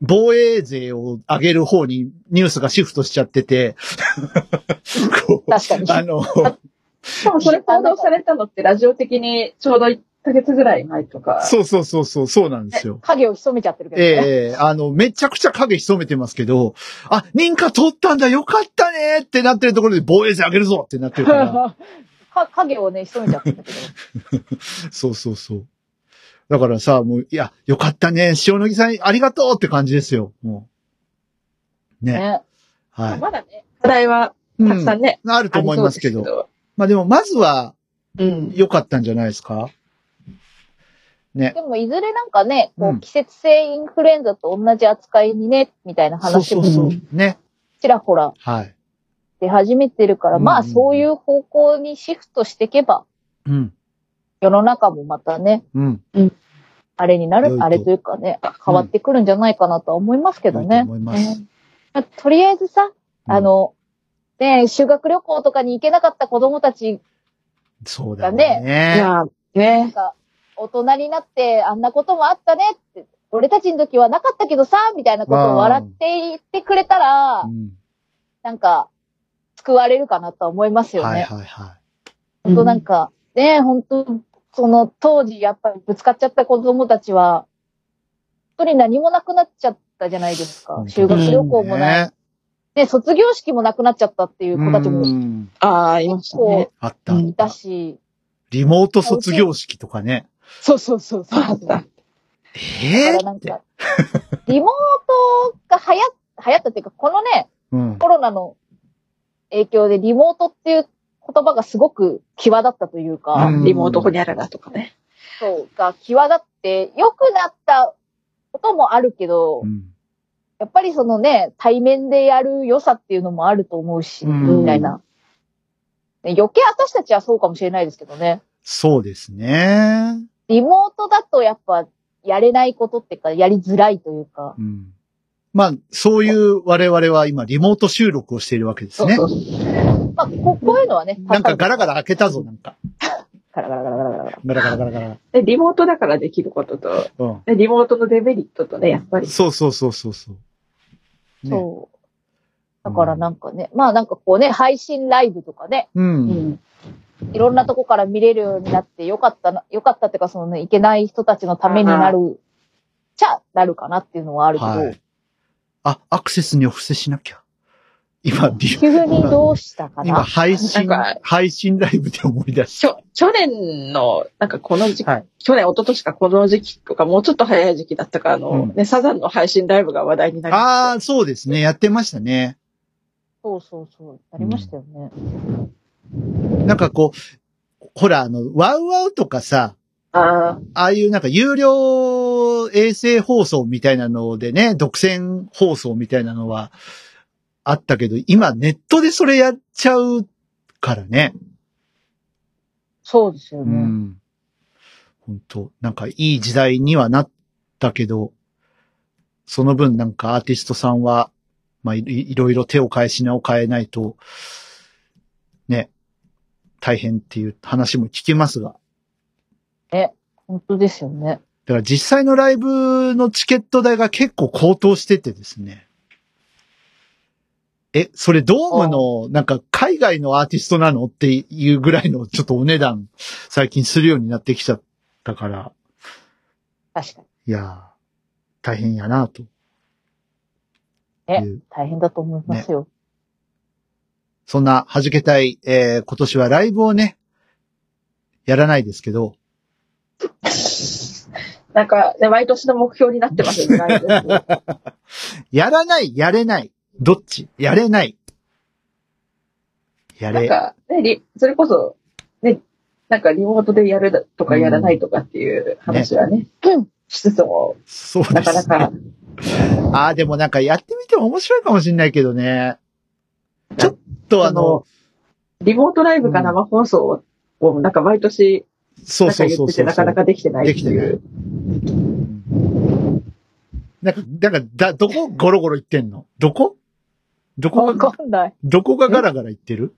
Speaker 2: 防衛税を上げる方にニュースがシフトしちゃってて、こう
Speaker 4: 確かに。
Speaker 2: あの、
Speaker 3: しかもそれ報道されたのってラジオ的にちょうど1ヶ月ぐらい前とか。
Speaker 2: そうそうそうそう、そうなんですよ。
Speaker 4: 影を潜めちゃってるけどね。
Speaker 2: ええあの、めちゃくちゃ影潜めてますけど、あ、認可取ったんだ、よかったねってなってるところで防衛税上げるぞってなってるから、
Speaker 4: <laughs> か影をね、潜めちゃってるんだけど。
Speaker 2: そうそうそう。だからさ、もう、いや、よかったね、塩野木さんありがとうって感じですよ、もう。ね、
Speaker 4: ね。
Speaker 2: は
Speaker 3: まだね、課題はた
Speaker 2: い。
Speaker 3: くさんね、
Speaker 2: うん、あると思いますけ
Speaker 3: あり
Speaker 2: ど。
Speaker 3: そう
Speaker 2: まあでも、まずは
Speaker 3: ですけど。うん。
Speaker 2: 良かったんじゃないですかね。
Speaker 4: <laughs> でも、いずれなんかね、こ
Speaker 2: う
Speaker 4: う、
Speaker 2: ん
Speaker 4: 季節性インフルエンザと同じ扱いにね、みたいな
Speaker 2: そう
Speaker 4: 話
Speaker 2: そ
Speaker 4: も
Speaker 2: うそう
Speaker 3: う。
Speaker 2: ね。
Speaker 4: ちらほら
Speaker 2: はい。
Speaker 4: 出始めてるから、
Speaker 2: うん
Speaker 4: まあそういう方向にシフトしていけば、
Speaker 2: うん。
Speaker 4: 世の中もまたね、
Speaker 2: うん。
Speaker 4: あれにな
Speaker 2: 良い
Speaker 4: る、
Speaker 2: と
Speaker 4: あれというかね、変わってくるんじゃないかなとは思いますけど
Speaker 2: 良いと
Speaker 4: ね。
Speaker 2: 思います。
Speaker 4: まあとりあえずさ、
Speaker 2: うん
Speaker 4: あの、ねえ修学旅行とかに行けなかった子供たち
Speaker 2: そうだ
Speaker 4: だ
Speaker 2: ね。
Speaker 3: いや、ね。
Speaker 4: が大人になってあんなこともあったねって、俺たちの時はなかったけどさ、みたいなことを笑って言ってくれたら、
Speaker 2: うん
Speaker 4: なんか、救われるかなとは思いますよね。
Speaker 2: はいはいはい。
Speaker 4: 本当なんか、ねえ、本当その当時やっぱりぶつかっちゃった子供たちは、本当に何もなくなっちゃったじゃないですか。修学旅行もない。
Speaker 2: ね。
Speaker 4: ね、卒業式もなくなっちゃったっていう子たち
Speaker 2: う
Speaker 4: も
Speaker 2: ん
Speaker 3: ああ、いまし
Speaker 4: 結
Speaker 3: たね
Speaker 4: 構。
Speaker 2: あった
Speaker 3: う
Speaker 2: あ
Speaker 3: ん
Speaker 2: っ
Speaker 4: いた
Speaker 2: た。
Speaker 4: し、
Speaker 2: リモート卒業式とかね。
Speaker 4: そうそうそうそう。
Speaker 3: あった。
Speaker 2: ええ
Speaker 4: だからな
Speaker 2: ーっ
Speaker 4: ん
Speaker 2: て。
Speaker 4: か、リモートが流行流行ったっていうか、このね、
Speaker 2: うん
Speaker 4: コ。ロナの影響でリモートっていう言葉がすごく際立ったというか、
Speaker 2: うん
Speaker 3: リモートホニャララとかね。
Speaker 4: そうが際立って良くなったこともあるけど、
Speaker 2: うん
Speaker 4: やっぱりそのね、対面でやる良さっていうのもあると思うし、
Speaker 2: うん
Speaker 4: みたいな。ね余計私たちはそうかもしれないですけどね。
Speaker 2: そうですね。
Speaker 4: リモートだとやっぱやれないことっていうか、やりづらいというか。
Speaker 2: うん。まあ、そういう我々は今、リモート収録をしているわけです
Speaker 3: そう
Speaker 2: ね
Speaker 3: そ。う。
Speaker 4: まあ、ここういうのはね、
Speaker 2: なんかガラガラ
Speaker 4: ラ。
Speaker 2: 開けたぞ、なんか。
Speaker 4: ガラガラガラガラガラガラ。
Speaker 2: ガラガラガラガラ。
Speaker 3: で、リモートだからできることと、
Speaker 2: う
Speaker 3: でリモートのデメリットとね、やっぱ
Speaker 2: ん。
Speaker 3: り。
Speaker 2: そうそうそうそうそう。ね
Speaker 4: そう。だからなんかね、まあなんかこうね、配信ライブとかね、
Speaker 2: う。
Speaker 3: うんん。
Speaker 4: いろんなとこから見れるようになってよかったな、よかったっていうかそのね、いけない人たちのためになる、ちゃ、なるかなっていうのはあるけど、
Speaker 2: はい。あ、アクセスにお布施しなきゃ。今、リ
Speaker 4: 急にどうしたか
Speaker 2: 今
Speaker 4: な。
Speaker 2: 配信
Speaker 3: なんか、
Speaker 2: 配信ライブで思い出し
Speaker 3: きょ、去年の、なんかこの時期、
Speaker 2: はい
Speaker 3: 去年、一昨年かこの時期とか、もうちょっと早い時期だったから、あの、
Speaker 2: うん
Speaker 3: ね、サザンの配信ライブが話題にな
Speaker 2: た。
Speaker 3: りました <laughs>
Speaker 2: ああー、そうですね。やってましたね。
Speaker 4: そうそうそう。なりましたよね。
Speaker 2: なんかこう、ほら、あの、ワウワウとかさ、
Speaker 3: あー
Speaker 2: ああいうなんか有料衛星放送みたいなのでね、独占放送みたいなのはあったけど、今ネットでそれやっちゃうからね。
Speaker 4: そうですよ
Speaker 2: う
Speaker 4: ね。
Speaker 2: ん。本当なんかいい時代にはなったけど、その分なんかアーティストさんは、まあい、いろいろ手を変え品を変えないと、ね、大変っていう話も聞きますが。
Speaker 4: 本当ですよね。
Speaker 2: だから実際のライブのチケット代が結構高騰しててですね。え、それドームの、なんか海外のアーティストなのっていうぐらいのちょっとお値段最近するようになってきちゃったから、
Speaker 4: 確かに。
Speaker 2: いやー、大変やなと。
Speaker 4: ね
Speaker 2: いう
Speaker 4: 大変だと思いますよ。
Speaker 2: そんな弾けたい、えー今年はライブをね、やらないですけど、
Speaker 3: <laughs> なんか、ね、毎年の目標になってますよね、ライブ
Speaker 2: やらない、やれない。どっちやれない。や
Speaker 3: なん
Speaker 2: れ。
Speaker 3: か、ね、リそれこそ、ね、なんかリモートでやるとかやらないとかっていう話はね、しつつも、
Speaker 2: そうです、ね。
Speaker 3: なかなか、
Speaker 2: ああ、でもなんかやってみても面白いかもしれないけどね。ちょっとあ
Speaker 3: あ
Speaker 2: の
Speaker 3: の、、リモートライブか生放送を、なんか毎年、
Speaker 2: そう
Speaker 3: なん
Speaker 2: そう
Speaker 3: か言
Speaker 2: そ
Speaker 3: っ
Speaker 2: う
Speaker 3: て
Speaker 2: そ
Speaker 3: て、
Speaker 2: う。
Speaker 3: なかなかできてないっていう。
Speaker 2: なんか、なんか、だ、どこゴロゴロ言ってんのどこどこ
Speaker 4: わ
Speaker 2: が、
Speaker 4: かんない。
Speaker 2: どこがガラガラ言ってる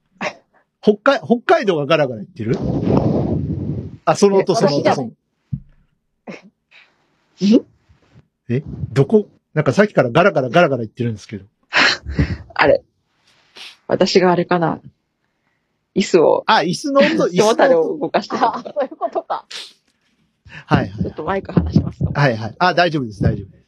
Speaker 2: 北海、北海道がガラガラ言ってるあ、その音、
Speaker 3: え
Speaker 2: その
Speaker 4: 私じ
Speaker 2: 音、
Speaker 4: ゃ
Speaker 2: その。
Speaker 3: ん
Speaker 2: えどこなんかさっきからガラガラガラガラ言ってるんですけど。
Speaker 3: あれ。私があれかな。椅子を、
Speaker 2: あ、椅子の音、椅
Speaker 3: 背も
Speaker 2: 子
Speaker 3: たれ
Speaker 2: の音。
Speaker 3: を動かしてる
Speaker 4: あ、そういうことか。
Speaker 2: はいは
Speaker 3: ちょ
Speaker 2: い
Speaker 3: っ。とマイク離しますと。
Speaker 2: はいはい。あ、大丈夫です、大丈夫です。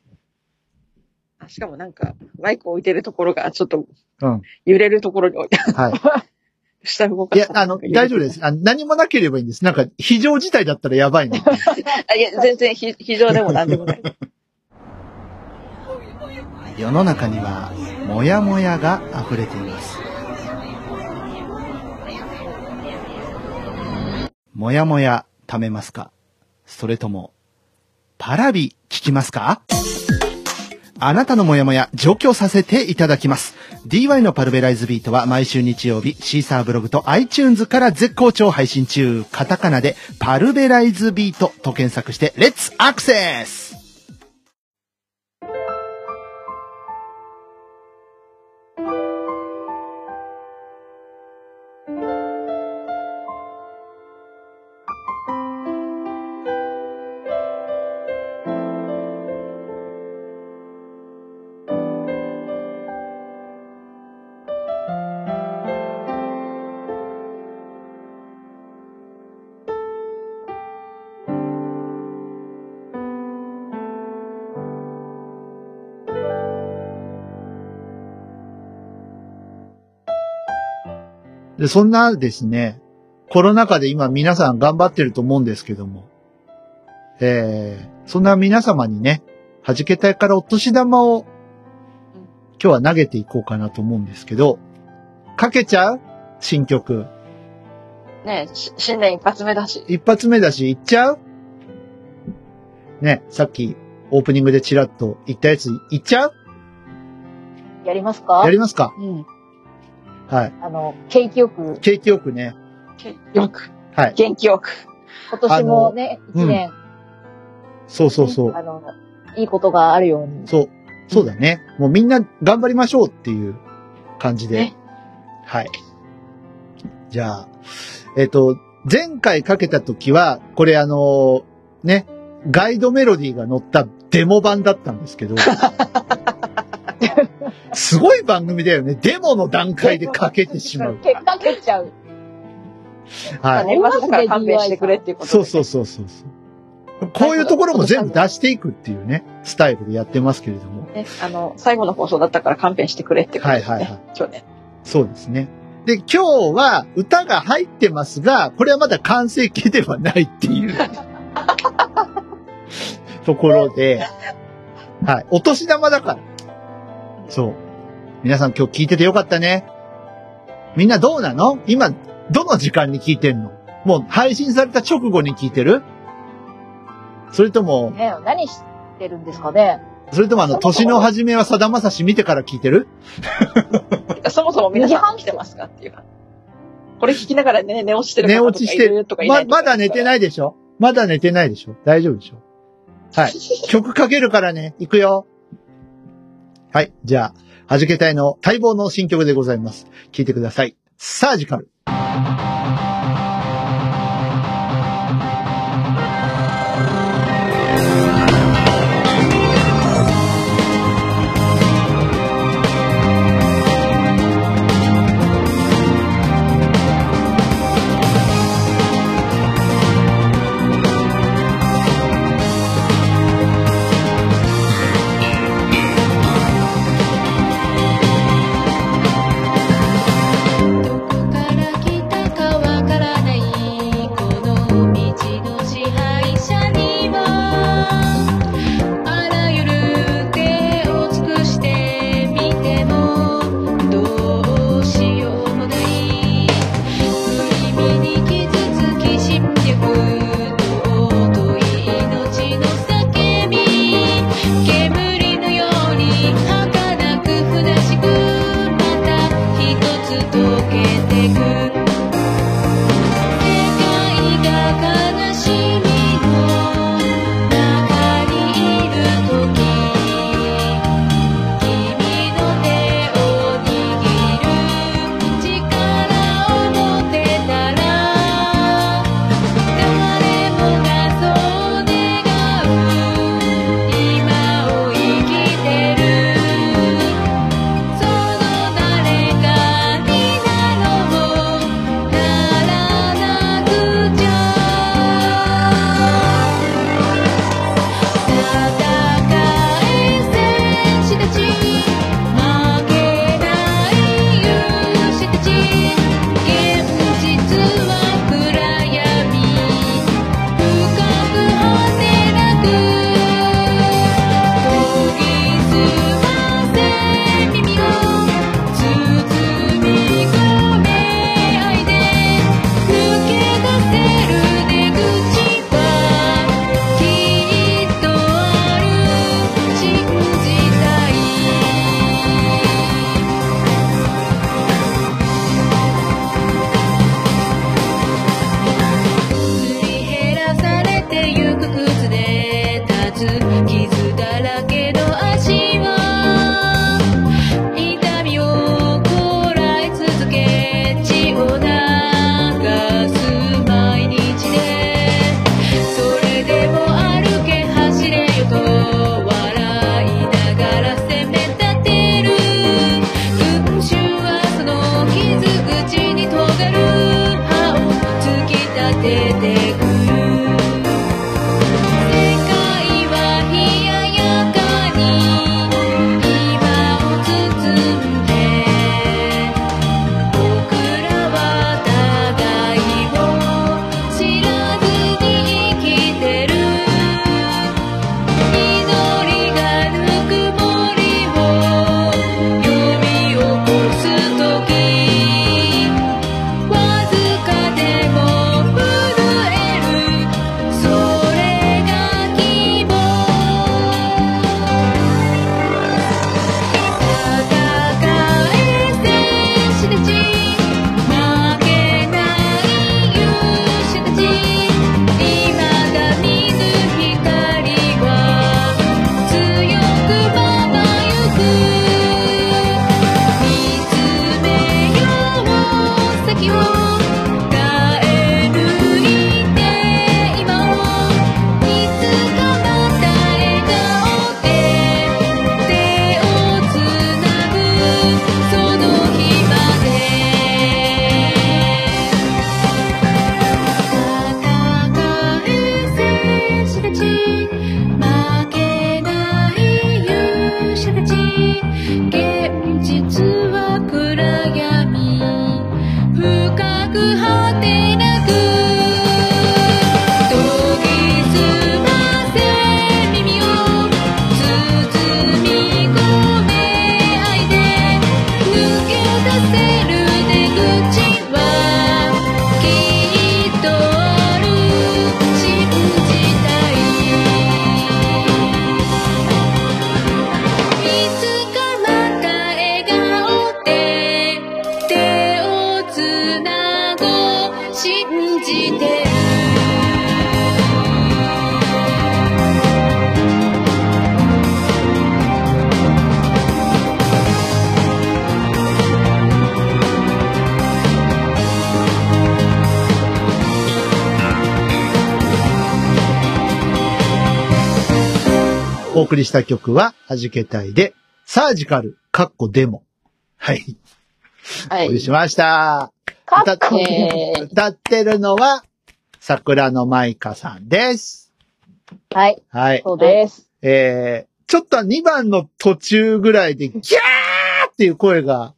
Speaker 3: あしかもなんか、マイク置いてるところが、ちょっと
Speaker 2: うん。
Speaker 3: 揺れるところに置いて、
Speaker 2: はい。
Speaker 3: <laughs> 下動か
Speaker 2: い
Speaker 3: し
Speaker 2: や、
Speaker 3: たら
Speaker 2: あ
Speaker 3: な
Speaker 2: の、
Speaker 3: ん <laughs> か揺れて
Speaker 2: 大丈夫です。あの何もなければいいんです。なんか、非常事態だったらやばいの。
Speaker 3: あいや、全然非非常でも何でも <laughs> ない。
Speaker 2: 世の中には、もやもやが溢れています。もやもや、貯めますかそれとも、パラビ、聞きますかあなたのモヤモヤ、除去させていただきます。DY のパルベライズビートは毎週日曜日、シーサーブログと iTunes から絶好調配信中。カタカナで、パルベライズビートと検索して、レッツアクセスで、そんなですね、コロナ禍で今皆さん頑張ってると思うんですけども、えー、そんな皆様にね、弾けたいからお年玉を今日は投げていこうかなと思うんですけど、かけちゃう新曲。
Speaker 3: ねえし新年一発目だし。
Speaker 2: 一発目だし、いっちゃうね、さっきオープニングでチラッと言ったやつ、いっちゃう
Speaker 4: やりますか
Speaker 2: やりますか
Speaker 3: うん。
Speaker 2: はい。
Speaker 4: あの、景気よく、
Speaker 2: 景気よくね。
Speaker 3: よく。
Speaker 2: はい。
Speaker 3: 元気よく。
Speaker 4: 今年もね、
Speaker 2: あの
Speaker 4: 一年、
Speaker 2: そうそうそう。
Speaker 4: あの、いいことがあるように。
Speaker 2: そう。そうだね。もうみんな頑張りましょうっていう感じで
Speaker 3: ね。
Speaker 2: はい。じゃあ、えっ、と、前回かけた時は、これあのーね、ガイドメロディーが載ったデモ版だったんですけど、すごい番組だよね。デモの段階でかけてしまう。
Speaker 4: 結果蹴っちゃう。
Speaker 2: はい。
Speaker 3: 年末だから勘弁してくれっていうことで
Speaker 2: そうそうそうそうそう。こういうところも全部出していくっていうね、スタイルでやってますけれども。
Speaker 3: ね、あの、最後の放送だったから勘弁してくれってことですね。
Speaker 2: はいはいは
Speaker 3: 去年。
Speaker 2: そうですね。で、今日は歌が入ってますが、これはまだ完成形ではないっていう
Speaker 3: <laughs>
Speaker 2: ところで、はい。お年玉だから。そう。皆さん今日聞いててよかったね。みんなどうなの今、どの時間に聞いてんのもう配信された直後に聞いてるそれとも、
Speaker 4: ね何してるんですかね
Speaker 2: それともあの、年の初めはさだまさし見てから聞いてる
Speaker 3: そもそも皆さん起きてますかっていうか。これ聞きながらね、寝落ちしてる
Speaker 2: 寝
Speaker 3: 方
Speaker 2: 落
Speaker 3: と
Speaker 2: ち
Speaker 3: か
Speaker 2: し
Speaker 3: い
Speaker 2: て
Speaker 3: る
Speaker 2: る
Speaker 3: とか。いな
Speaker 2: ま、
Speaker 3: いとか
Speaker 2: まだ寝てないでしょまだ寝てないでしょ大丈夫でしょはい。曲かけるからね、行くよ。はい。じゃあ、弾けたいの待望の新曲でございます。聴いてください。サージカル。
Speaker 5: 「心
Speaker 2: お送りした曲は、弾けたいで、サージカル、カッコデモ。はい。
Speaker 3: は
Speaker 2: お送り
Speaker 3: い。
Speaker 2: しました。
Speaker 4: か
Speaker 2: 歌っ
Speaker 4: っこいい。
Speaker 3: えー、
Speaker 2: 歌ってるのは、桜の舞香さんです。
Speaker 4: はい、
Speaker 2: はい。
Speaker 4: そうです。
Speaker 2: えー、ちょっと2番の途中ぐらいで、ギャーっていう声が、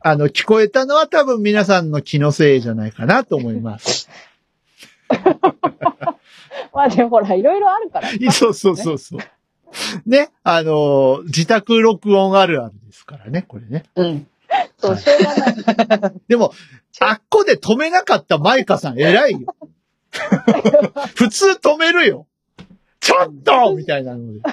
Speaker 2: あの、聞こえたのは多分皆さんの気のせいじゃないかなと思います。
Speaker 4: まあでもほら、いろいろあるから。
Speaker 2: <laughs> そうそうそうそう。ね、あのー、自宅録音あるあるですからね、これね。
Speaker 3: うん。
Speaker 4: そう、しょうが
Speaker 2: <laughs>
Speaker 4: ない。
Speaker 2: でも、あっこで止めなかったマイカさん偉いよ。 <laughs> 普通止めるよ。ちょっとみたいなので。
Speaker 4: じゃ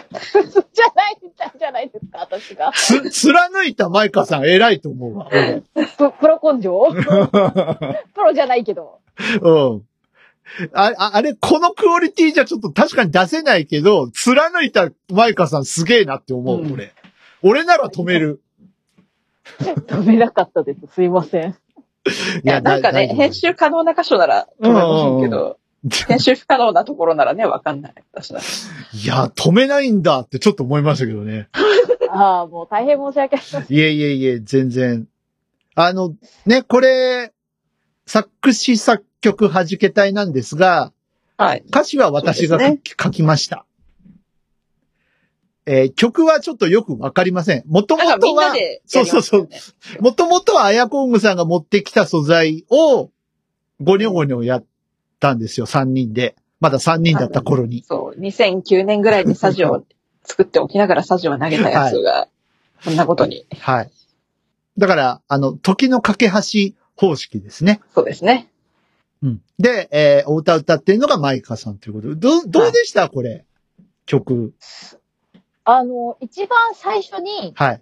Speaker 4: ない、じゃないですか、私が。
Speaker 2: つ、貫いたマイカさん偉いと思うわ。俺
Speaker 4: ププロ根
Speaker 2: <laughs>
Speaker 4: 性プロじゃないけど。
Speaker 2: うん。あああれ、このクオリティじゃちょっと確かに出せないけど、貫いたマイカさんすげえなって思う、
Speaker 3: うん
Speaker 2: 俺。俺なら止める。
Speaker 4: 止めなかったです。すいませ
Speaker 2: い
Speaker 3: い
Speaker 4: ん。
Speaker 3: や、なんかね、
Speaker 2: だ
Speaker 3: 編集可能な箇所なら止めませんけ
Speaker 2: うんう
Speaker 3: ど、編集不可能なところならね、わかんない。私だ。
Speaker 2: いや、止めないんだってちょっと思いましたけどね。
Speaker 4: ああ、もう大変申し訳ありません。
Speaker 2: いえいえいえ、全然。あの、ね、これ、作詞作曲弾け隊なんですが、
Speaker 3: はい。
Speaker 2: 歌詞は私が書
Speaker 3: そう
Speaker 2: き,、書きました。えー曲はちょっとよくわかりません。もとも
Speaker 3: なんかみ
Speaker 2: と
Speaker 3: んな
Speaker 2: は、
Speaker 3: で、
Speaker 2: そうそうそう。もともとはアヤコングさんが持ってきた素材を、ゴニョゴニョやったんですよ、3人で。まだ3人だった頃に。
Speaker 3: そう、2009年ぐらいにサジを作っておきながらサジを投げたやつが、こんなことに。
Speaker 2: はい。だから、あの、時の架け橋方式ですね。
Speaker 3: そうですね。
Speaker 2: うん。で、えーお歌歌ってるのがマイカさんということで。どう、どうでしたこれ。曲。
Speaker 4: あの、一番最初に
Speaker 2: はい。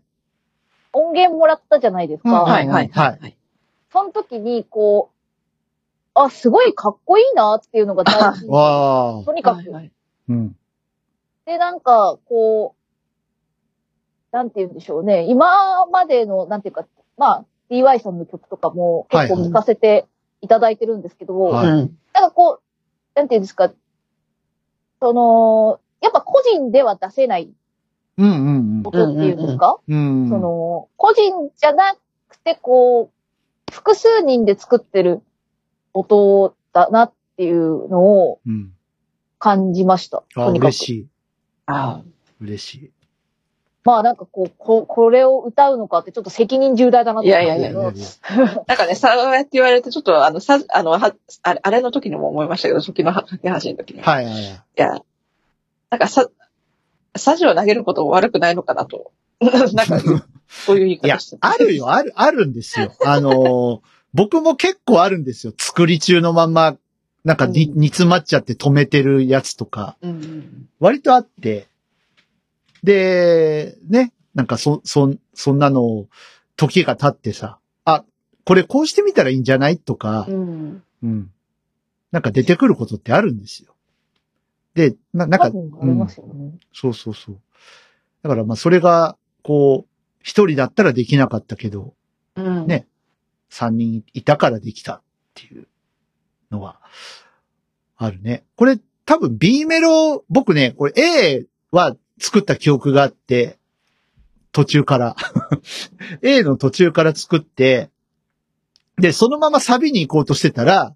Speaker 4: 音源もらったじゃないですか。
Speaker 2: うん
Speaker 3: はいはい
Speaker 2: はい
Speaker 3: い。
Speaker 4: その時に、こう、あ、すごいかっこいいなっていうのが大事。
Speaker 2: <laughs> わあ。
Speaker 4: とにか
Speaker 3: は
Speaker 4: く
Speaker 3: い。はい
Speaker 2: うん。
Speaker 4: で、なんか、こう、なんて言うんでしょうね。今までの、なんていうか、まあ、DY さんの曲とかも結構
Speaker 2: はい
Speaker 3: はい
Speaker 4: 聴かせていただいてるんですけど、
Speaker 2: は
Speaker 3: うん。
Speaker 4: なんかこう、なんていうんですか、その、やっぱ個人では出せない
Speaker 2: うんうん
Speaker 4: 音っていうんですか、
Speaker 2: うん。うん。
Speaker 4: その、個人じゃなくて、こう、複数人で作ってる音だなっていうのを
Speaker 2: うん。
Speaker 4: 感じました。
Speaker 2: あ、
Speaker 4: とにかく
Speaker 2: 嬉しい。
Speaker 3: あ
Speaker 2: 嬉しい。
Speaker 4: まあなんかこう、ここれを歌うのかってちょっと責任重大だなって
Speaker 3: いやいやいや
Speaker 4: 思うんです
Speaker 3: あ。なんかね、そうやって言われて、ちょっと、あの、サジ、あの、は、あれあれの時にも思いましたけど、初期のは架け橋の時に。い。
Speaker 2: はいはいはい。
Speaker 3: いや、なんかサ、サジを投げることも悪くないのかなと。 <laughs> なんか、そういう言い
Speaker 2: <laughs> いや
Speaker 3: 方して、た
Speaker 2: あるよ、ある、あるんです
Speaker 3: <laughs>
Speaker 2: よ。あのー僕も結構あるんですよ。作り中のまんま、なんかに、
Speaker 3: うん
Speaker 2: 煮詰まっちゃって止めてるやつとか、
Speaker 3: うんうん。
Speaker 2: 割とあって、で、ね、なんかそ、そん、そんなのを、時が経ってさ、あ、これこうしてみたらいいんじゃないとか、
Speaker 3: うん。
Speaker 2: うん。なんか出てくることってあるんですよ。で、な、なん
Speaker 4: 多
Speaker 2: か、
Speaker 4: 分ありますよね。
Speaker 2: そうそうそう。だからまあそれが、こう、一人だったらできなかったけど、
Speaker 3: うん。
Speaker 2: ね三人いたからできたっていうのは、あるね。これ多分 B メロ、僕ね、これ A は作った記憶があって、途中から。A の途中から作って、で、そのままサビに行こうとしてたら、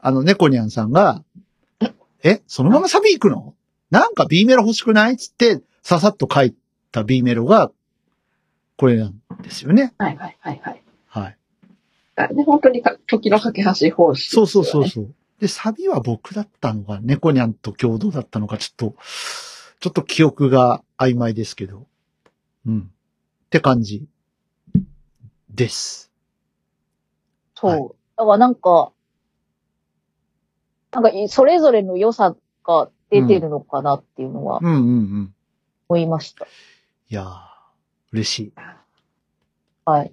Speaker 2: あの、猫ニャンさんが、え、そのままサビ行くのなんか B メロ欲しくないつって、ささっと書いた B メロが、これなんですよね。
Speaker 3: はいはいはいはい。
Speaker 2: はい。
Speaker 3: だからね、本当にか時の架け橋方式、
Speaker 2: そうそうそう。そう。で、サビは僕だったのが、猫ニャンと共同だったのか、ちょっと、ちょっと記憶が曖昧ですけど。うん。って感じ。です。
Speaker 4: そう。
Speaker 2: はい
Speaker 4: だからなんか、なんかいそれぞれの良さが出てるのかなっていうのは
Speaker 2: うんうんうん。
Speaker 4: 思いました。
Speaker 2: いやー、嬉しい。
Speaker 4: はい。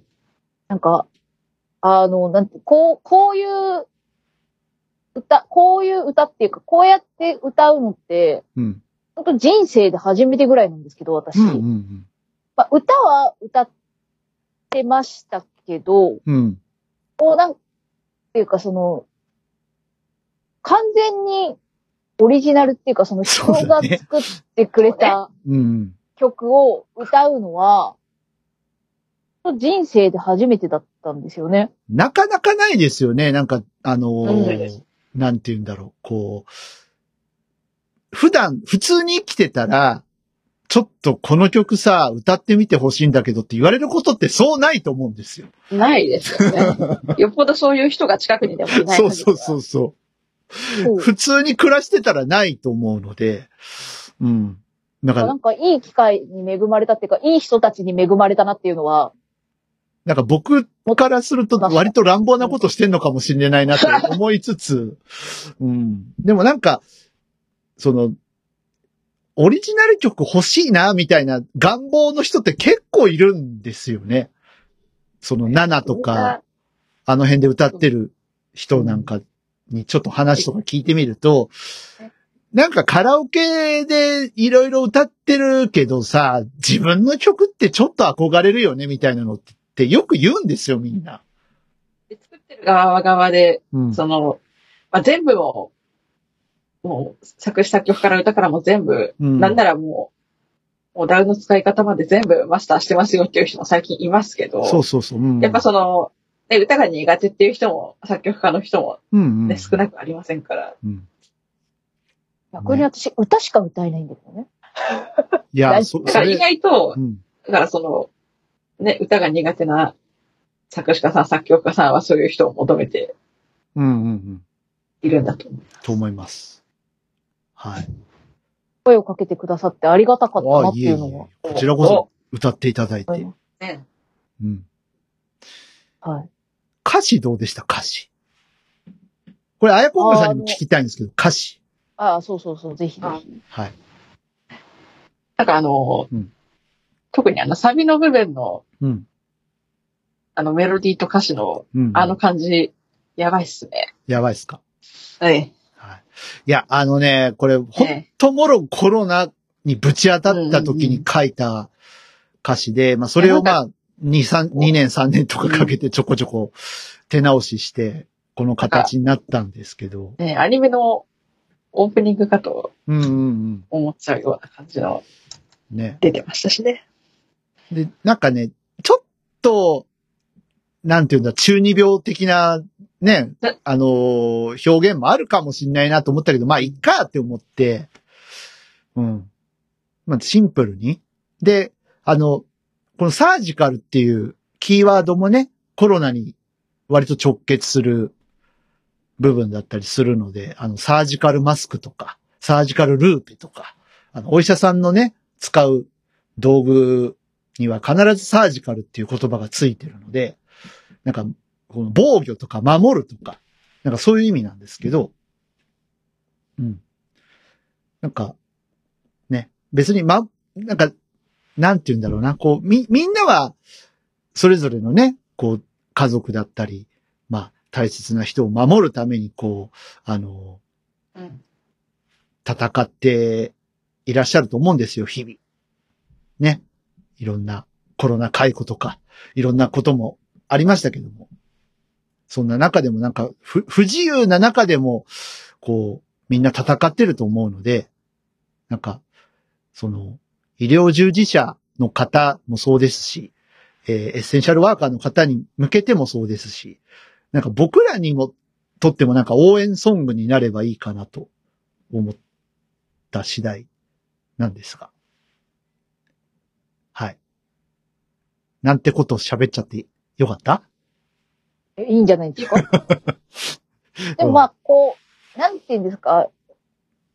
Speaker 4: なんか、あの、なんて、こう、こういう歌、こういう歌っていうか、こうやって歌うのって、
Speaker 2: うん。
Speaker 4: 本当人生で初めてぐらいなんですけど、私。
Speaker 2: うんうん
Speaker 4: まあ、歌は歌ってましたけど、
Speaker 2: うん。うん。
Speaker 4: こうなんていうかその、完全にオリジナルっていうか、その人
Speaker 2: そう
Speaker 4: が
Speaker 2: だね
Speaker 4: 作ってくれた
Speaker 2: うん。
Speaker 4: 曲を歌うのは、人生で初めてだったんですよね。
Speaker 2: なかなかないですよね。なんか、あのー
Speaker 3: う
Speaker 2: なんて言うんだろう。こう、普段、普通に生きてたら、ちょっとこの曲さ、歌ってみてほしいんだけどって言われることってそうないと思うんですよ。
Speaker 3: ないです
Speaker 2: <laughs>
Speaker 3: よね。よっぽどそういう人が近くにでもいない限りは。
Speaker 2: そうそうそうそう。
Speaker 4: そう
Speaker 2: <laughs> 普通に暮らしてたらないと思うので、うん。だから
Speaker 4: な、んかいい機会に恵まれたっていうか、いい人たちに恵まれたなっていうのは、
Speaker 2: なんか僕からすると割と乱暴なことしてんのかもしれないなと思いつつ、 <laughs> うん。でもなんか、その、オリジナル曲欲しいな、みたいな願望の人って結構いるんですよね。その、ナナとか、あの辺で歌ってる人なんかにちょっと話とか聞いてみると、なんかカラオケでいろいろ歌ってるけどさ、自分の曲ってちょっと憧れるよね、みたいなのってよく言うんですよ、みんな。
Speaker 3: で作ってる側は側で、
Speaker 2: うん。
Speaker 3: その、まあ、全部を、もう、作詞作曲から歌からも全部、
Speaker 2: うん
Speaker 3: なんならもう、もうダウンの使い方まで全部マスターしてますよっていう人も最近いますけど、
Speaker 2: そうそうそう。うん、
Speaker 3: やっぱその、ね、歌が苦手っていう人も、作曲家の人も
Speaker 2: うんうん、
Speaker 3: ね、少なくありませんから、
Speaker 2: うん
Speaker 4: 逆に私、歌しか歌えないんですよね。
Speaker 2: いや、
Speaker 4: 大
Speaker 2: そ、
Speaker 3: だ
Speaker 2: そ
Speaker 3: から意
Speaker 2: れ、
Speaker 3: 外と
Speaker 2: う、ん。
Speaker 3: だからその、ね、歌が苦手な作詞家さん、作曲家さんはそういう人を求めて
Speaker 2: うんうんうん。
Speaker 3: いるんだと思う。
Speaker 2: と思います。はい。
Speaker 4: 声をかけてくださってありがたかったな
Speaker 2: あ
Speaker 4: っ、て
Speaker 2: いえ
Speaker 4: い
Speaker 2: いうえ。
Speaker 4: のは
Speaker 2: こ。ちらこそ歌っていただいて。
Speaker 4: はい
Speaker 3: ね、
Speaker 2: うん。
Speaker 4: はい。
Speaker 2: 歌詞どうでした歌詞。これ、あやこんさんにも聞きたいんですけど、歌詞。
Speaker 4: ああ、そうそうそう、ぜひぜ
Speaker 3: あ
Speaker 4: ひ。
Speaker 2: はい。
Speaker 3: なんかあの、
Speaker 2: うん
Speaker 3: 特にあのサビの部分の
Speaker 2: うん。
Speaker 3: あのメロディーと歌詞の
Speaker 2: うん。
Speaker 3: あの、感じ、やばいっすね。
Speaker 2: やばいっすか。
Speaker 3: はい。
Speaker 2: はい。いや、あのね、これ、ほんともろコロナにぶち当たった時に書いた歌詞で、まあ、それをまあ、2、三二年、3年とかかけてちょこちょこ手直しして、この形になったんですけど。
Speaker 3: ね、アニメのオープニングかと
Speaker 2: うんうんうん。
Speaker 3: 思っちゃうような感じの
Speaker 2: ね。
Speaker 3: 出てましたしね。
Speaker 2: で、なんかね、ちょっと、なんていうんだ、中二病的な、ね
Speaker 3: え、
Speaker 2: あのー表現もあるかもしんないなと思ったけど、まあ、いっかって思って、うん。まあ、シンプルに。で、あの、このサージカルっていうキーワードもね、コロナに割と直結する部分だったりするので、あの、サージカルマスクとか、サージカルルーペとか、あの、お医者さんのね、使う道具には必ずサージカルっていう言葉がついてるので、なんか、この防御とか守るとか、なんかそういう意味なんですけど、うん。なんか、ね、別にま、なんか、なんて言うんだろうな、こう、み、みんなは、それぞれのね、こう、家族だったり、まあ、大切な人を守るために、こう、あの、
Speaker 3: うん。
Speaker 2: 戦っていらっしゃると思うんですよ、日々。ね。いろんなコロナ解雇とか、いろんなこともありましたけども。そんな中でもなんか、不不自由な中でも、こう、みんな戦ってると思うので、なんか、その、医療従事者の方もそうですし、えーエッセンシャルワーカーの方に向けてもそうですし、なんか僕らにもとってもなんか応援ソングになればいいかなと思った次第なんですが。はい。なんてことを喋っちゃってよかった
Speaker 4: えいいんじゃない
Speaker 2: <laughs>
Speaker 4: ですかでもまあ、こう、なんて言うんですか、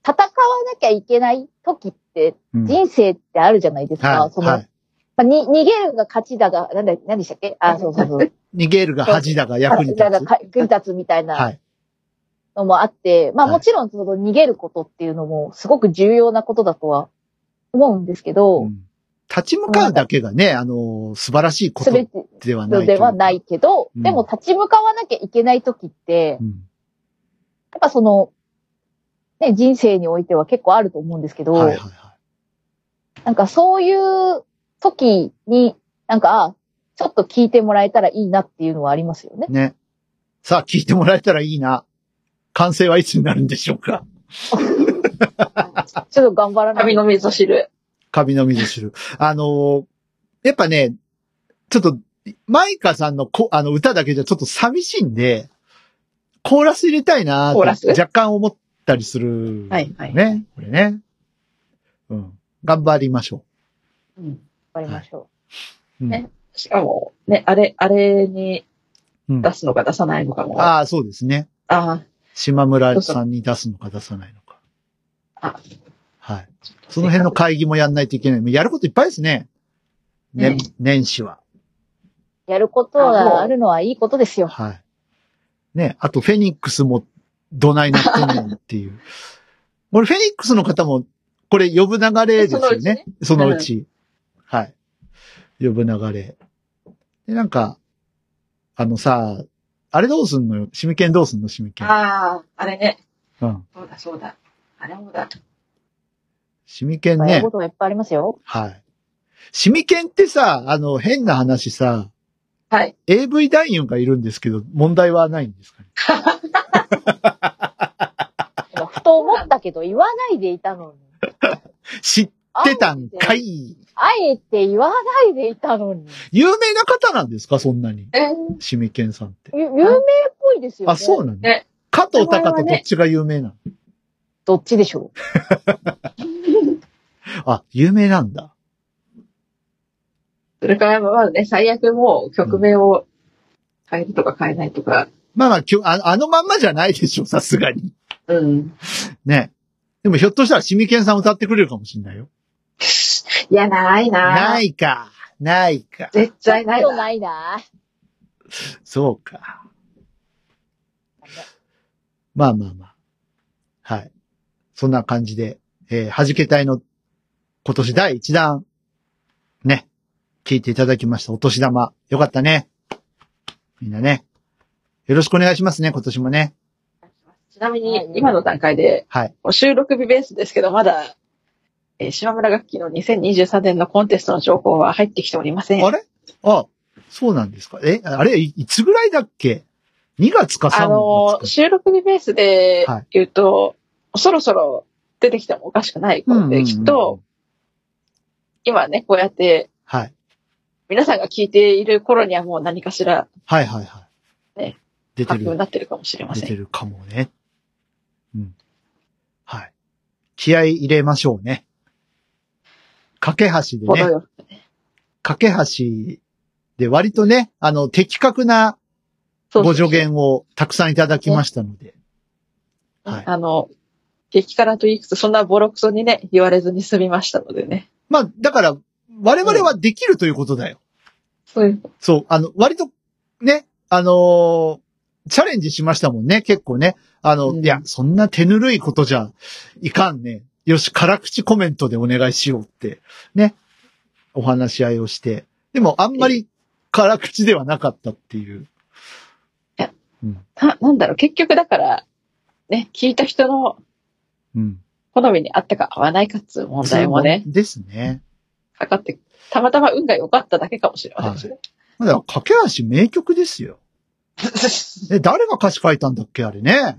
Speaker 4: 戦わなきゃいけない時って、
Speaker 2: うん
Speaker 4: 人生ってあるじゃないですか。
Speaker 2: はい、
Speaker 4: その、
Speaker 2: はい。
Speaker 4: まあに逃げるが勝ちだが、なんだ、何でしたっけあ、そうそうそう。
Speaker 2: 逃げるが恥だが <laughs> 役に立
Speaker 4: 勝ちだ
Speaker 2: つ。
Speaker 4: が役に立つみたいな。
Speaker 2: はい。
Speaker 4: のもあって、まあ
Speaker 2: はい
Speaker 4: もちろんその逃げることっていうのもすごく重要なことだとは思うんですけ
Speaker 2: う
Speaker 4: ど、
Speaker 2: ん立ち向かうだけがね、あの、素晴らしいこ
Speaker 4: すべ
Speaker 2: と
Speaker 4: て
Speaker 2: ではないというか
Speaker 4: ではない。けど、
Speaker 2: うん
Speaker 4: でも立ち向かわなきゃいけない時って
Speaker 2: う、ん
Speaker 4: やっぱその、ね、人生においては結構あると思うんですけど、
Speaker 2: はいはいは
Speaker 4: なんかそういう時に、なんか、あちょっと聞いてもらえたらいいなっていうのはありますよね
Speaker 2: い。。ね。さあ、聞いてもらえたらいいな。完成はいつになるんでしょうか。
Speaker 4: ちょっと頑張らない
Speaker 3: 旅
Speaker 4: と。
Speaker 3: の味噌汁。
Speaker 2: カビの水汁。あのーやっぱね、ちょっと、マイカさんのこあの歌だけじゃちょっと寂しいんで、コーラス入れたいなー
Speaker 3: コーラス
Speaker 2: って若干思ったりする、
Speaker 3: はいはい
Speaker 2: ね、これね。うん。頑張りましょ
Speaker 3: うん。
Speaker 4: 頑張りましょ
Speaker 2: う。うん
Speaker 3: ねしかも、ね、あれ、あれに
Speaker 2: うん、
Speaker 3: 出すのか出さないのかも。あ
Speaker 2: ああ、そうですね。
Speaker 3: あ、
Speaker 2: 島村さんに出すのか出さないのか。
Speaker 3: あ
Speaker 2: はい。その辺の会議もやんないといけない。やることいっぱいですね。ね
Speaker 3: ね、
Speaker 2: 年始は。
Speaker 4: う。やることがあるのはいいことですよ。
Speaker 2: はい。ね、あとフェニックスもどないなってんねんっていう。 <laughs> 俺フェニックスの方も、これ呼ぶ流れですよね。そのうち。はい。呼ぶ流れ。で、なんか、あのさ、あれどうすんのよ。シミケンどうすんのシミケン。
Speaker 3: ああ、あれね。
Speaker 2: うん。
Speaker 3: そうだそうだ。あれもだ。
Speaker 2: シミケン
Speaker 4: や
Speaker 2: ね
Speaker 4: るこ。とがいっぱいありますよ。
Speaker 2: はい。シミケンってさ、あの、変な話さ、
Speaker 3: はい。
Speaker 2: AV 男優がいるんですけど、問題はないんですかね。
Speaker 4: ふと思ったけど、言わないでい
Speaker 2: <laughs>
Speaker 4: たのに。
Speaker 2: 知ってたんかい。
Speaker 4: あえて言わないでいたのに。
Speaker 2: 有名な方なんですかそんなに。
Speaker 3: えー、
Speaker 2: シミケンさんって。
Speaker 4: ゆ有名っぽいですよね。
Speaker 2: あ、そうなの
Speaker 3: ね
Speaker 2: 加藤隆
Speaker 3: 名前は
Speaker 2: とど
Speaker 3: ね
Speaker 2: っちが有名なの
Speaker 4: どっちでしょう
Speaker 2: あ、有名なんだ。
Speaker 3: それから、まあね、最悪もう曲名を変えるとか変えないとか。
Speaker 2: まあまあ、きゅああのまんまじゃないでしょ、さすがに。
Speaker 3: うん。
Speaker 2: ね。でもひょっとしたらシミケンさん歌ってくれるかもしれないよ。
Speaker 3: いや、ないな。。
Speaker 2: ないいか。ないか。
Speaker 3: 絶対ない
Speaker 4: ちょっと
Speaker 3: わ。
Speaker 4: ないな。
Speaker 2: そうか。まあまあまあ。はい。そんな感じで、えー、はじけ隊の今年第1弾、ね、聞いていただきました。お年玉。よかったね。みんなね。よろしくお願いしますね、今年もね。
Speaker 3: ちなみに、今の段階で、
Speaker 2: はい。
Speaker 3: もう収録日ベースですけど、まだ、えー島村楽器の2023年のコンテストの情報は入ってきておりません。
Speaker 2: あれあ、そうなんですか。え、あれ、いいつぐらいだっけ ?2 月か3月か。
Speaker 3: あのー、収録日ベースで
Speaker 2: はい
Speaker 3: 言うと、そろそろ出てきてもおかしくない
Speaker 2: うんうんう
Speaker 3: 頃
Speaker 2: ん
Speaker 3: で、きっと、、今ね、こうやって、
Speaker 2: はい。
Speaker 3: 皆さんが聞いている頃にはもう何かしら
Speaker 2: はいはいはい。
Speaker 3: ね
Speaker 2: 出て
Speaker 3: 発表
Speaker 2: る
Speaker 3: に。なってるかもしれま
Speaker 2: 出
Speaker 3: せ
Speaker 2: て
Speaker 3: ん。
Speaker 2: るかもね。うん。はい。気合い入れましょうね。架け橋で
Speaker 3: 程
Speaker 2: ね、
Speaker 3: よくね。
Speaker 2: 架け橋で割とね、あの、的確な
Speaker 3: そうそ
Speaker 2: ご
Speaker 3: うそう
Speaker 2: 助。言をたくさんいただきましたので。はい。
Speaker 3: あの、激辛と言いつつ、そんなボロクソにね、言われずに済みましたのでね。
Speaker 2: まあ、だから、我々はできるということだよ。
Speaker 3: そういう、
Speaker 2: そう、あの、割と、ね、あのーチャレンジしましたもんね、結構ね。あの、
Speaker 3: うん
Speaker 2: いや、そんな手ぬるいことじゃいかんね。よし、辛口コメントでお願いしようって、ね、お話し合いをして。でも、あんまり辛口ではなかったっていう。
Speaker 3: な、なんだろう、結局だから、ね、聞いた人の
Speaker 2: うん。
Speaker 3: 好みに合ったか合わないかっつう問題もね、
Speaker 2: ですね。
Speaker 3: かかって、たまたま運が良かっただけかもしれませんしね。
Speaker 2: まだ、駆け足名曲ですよ。え、誰が歌詞書いたんだっけあれね。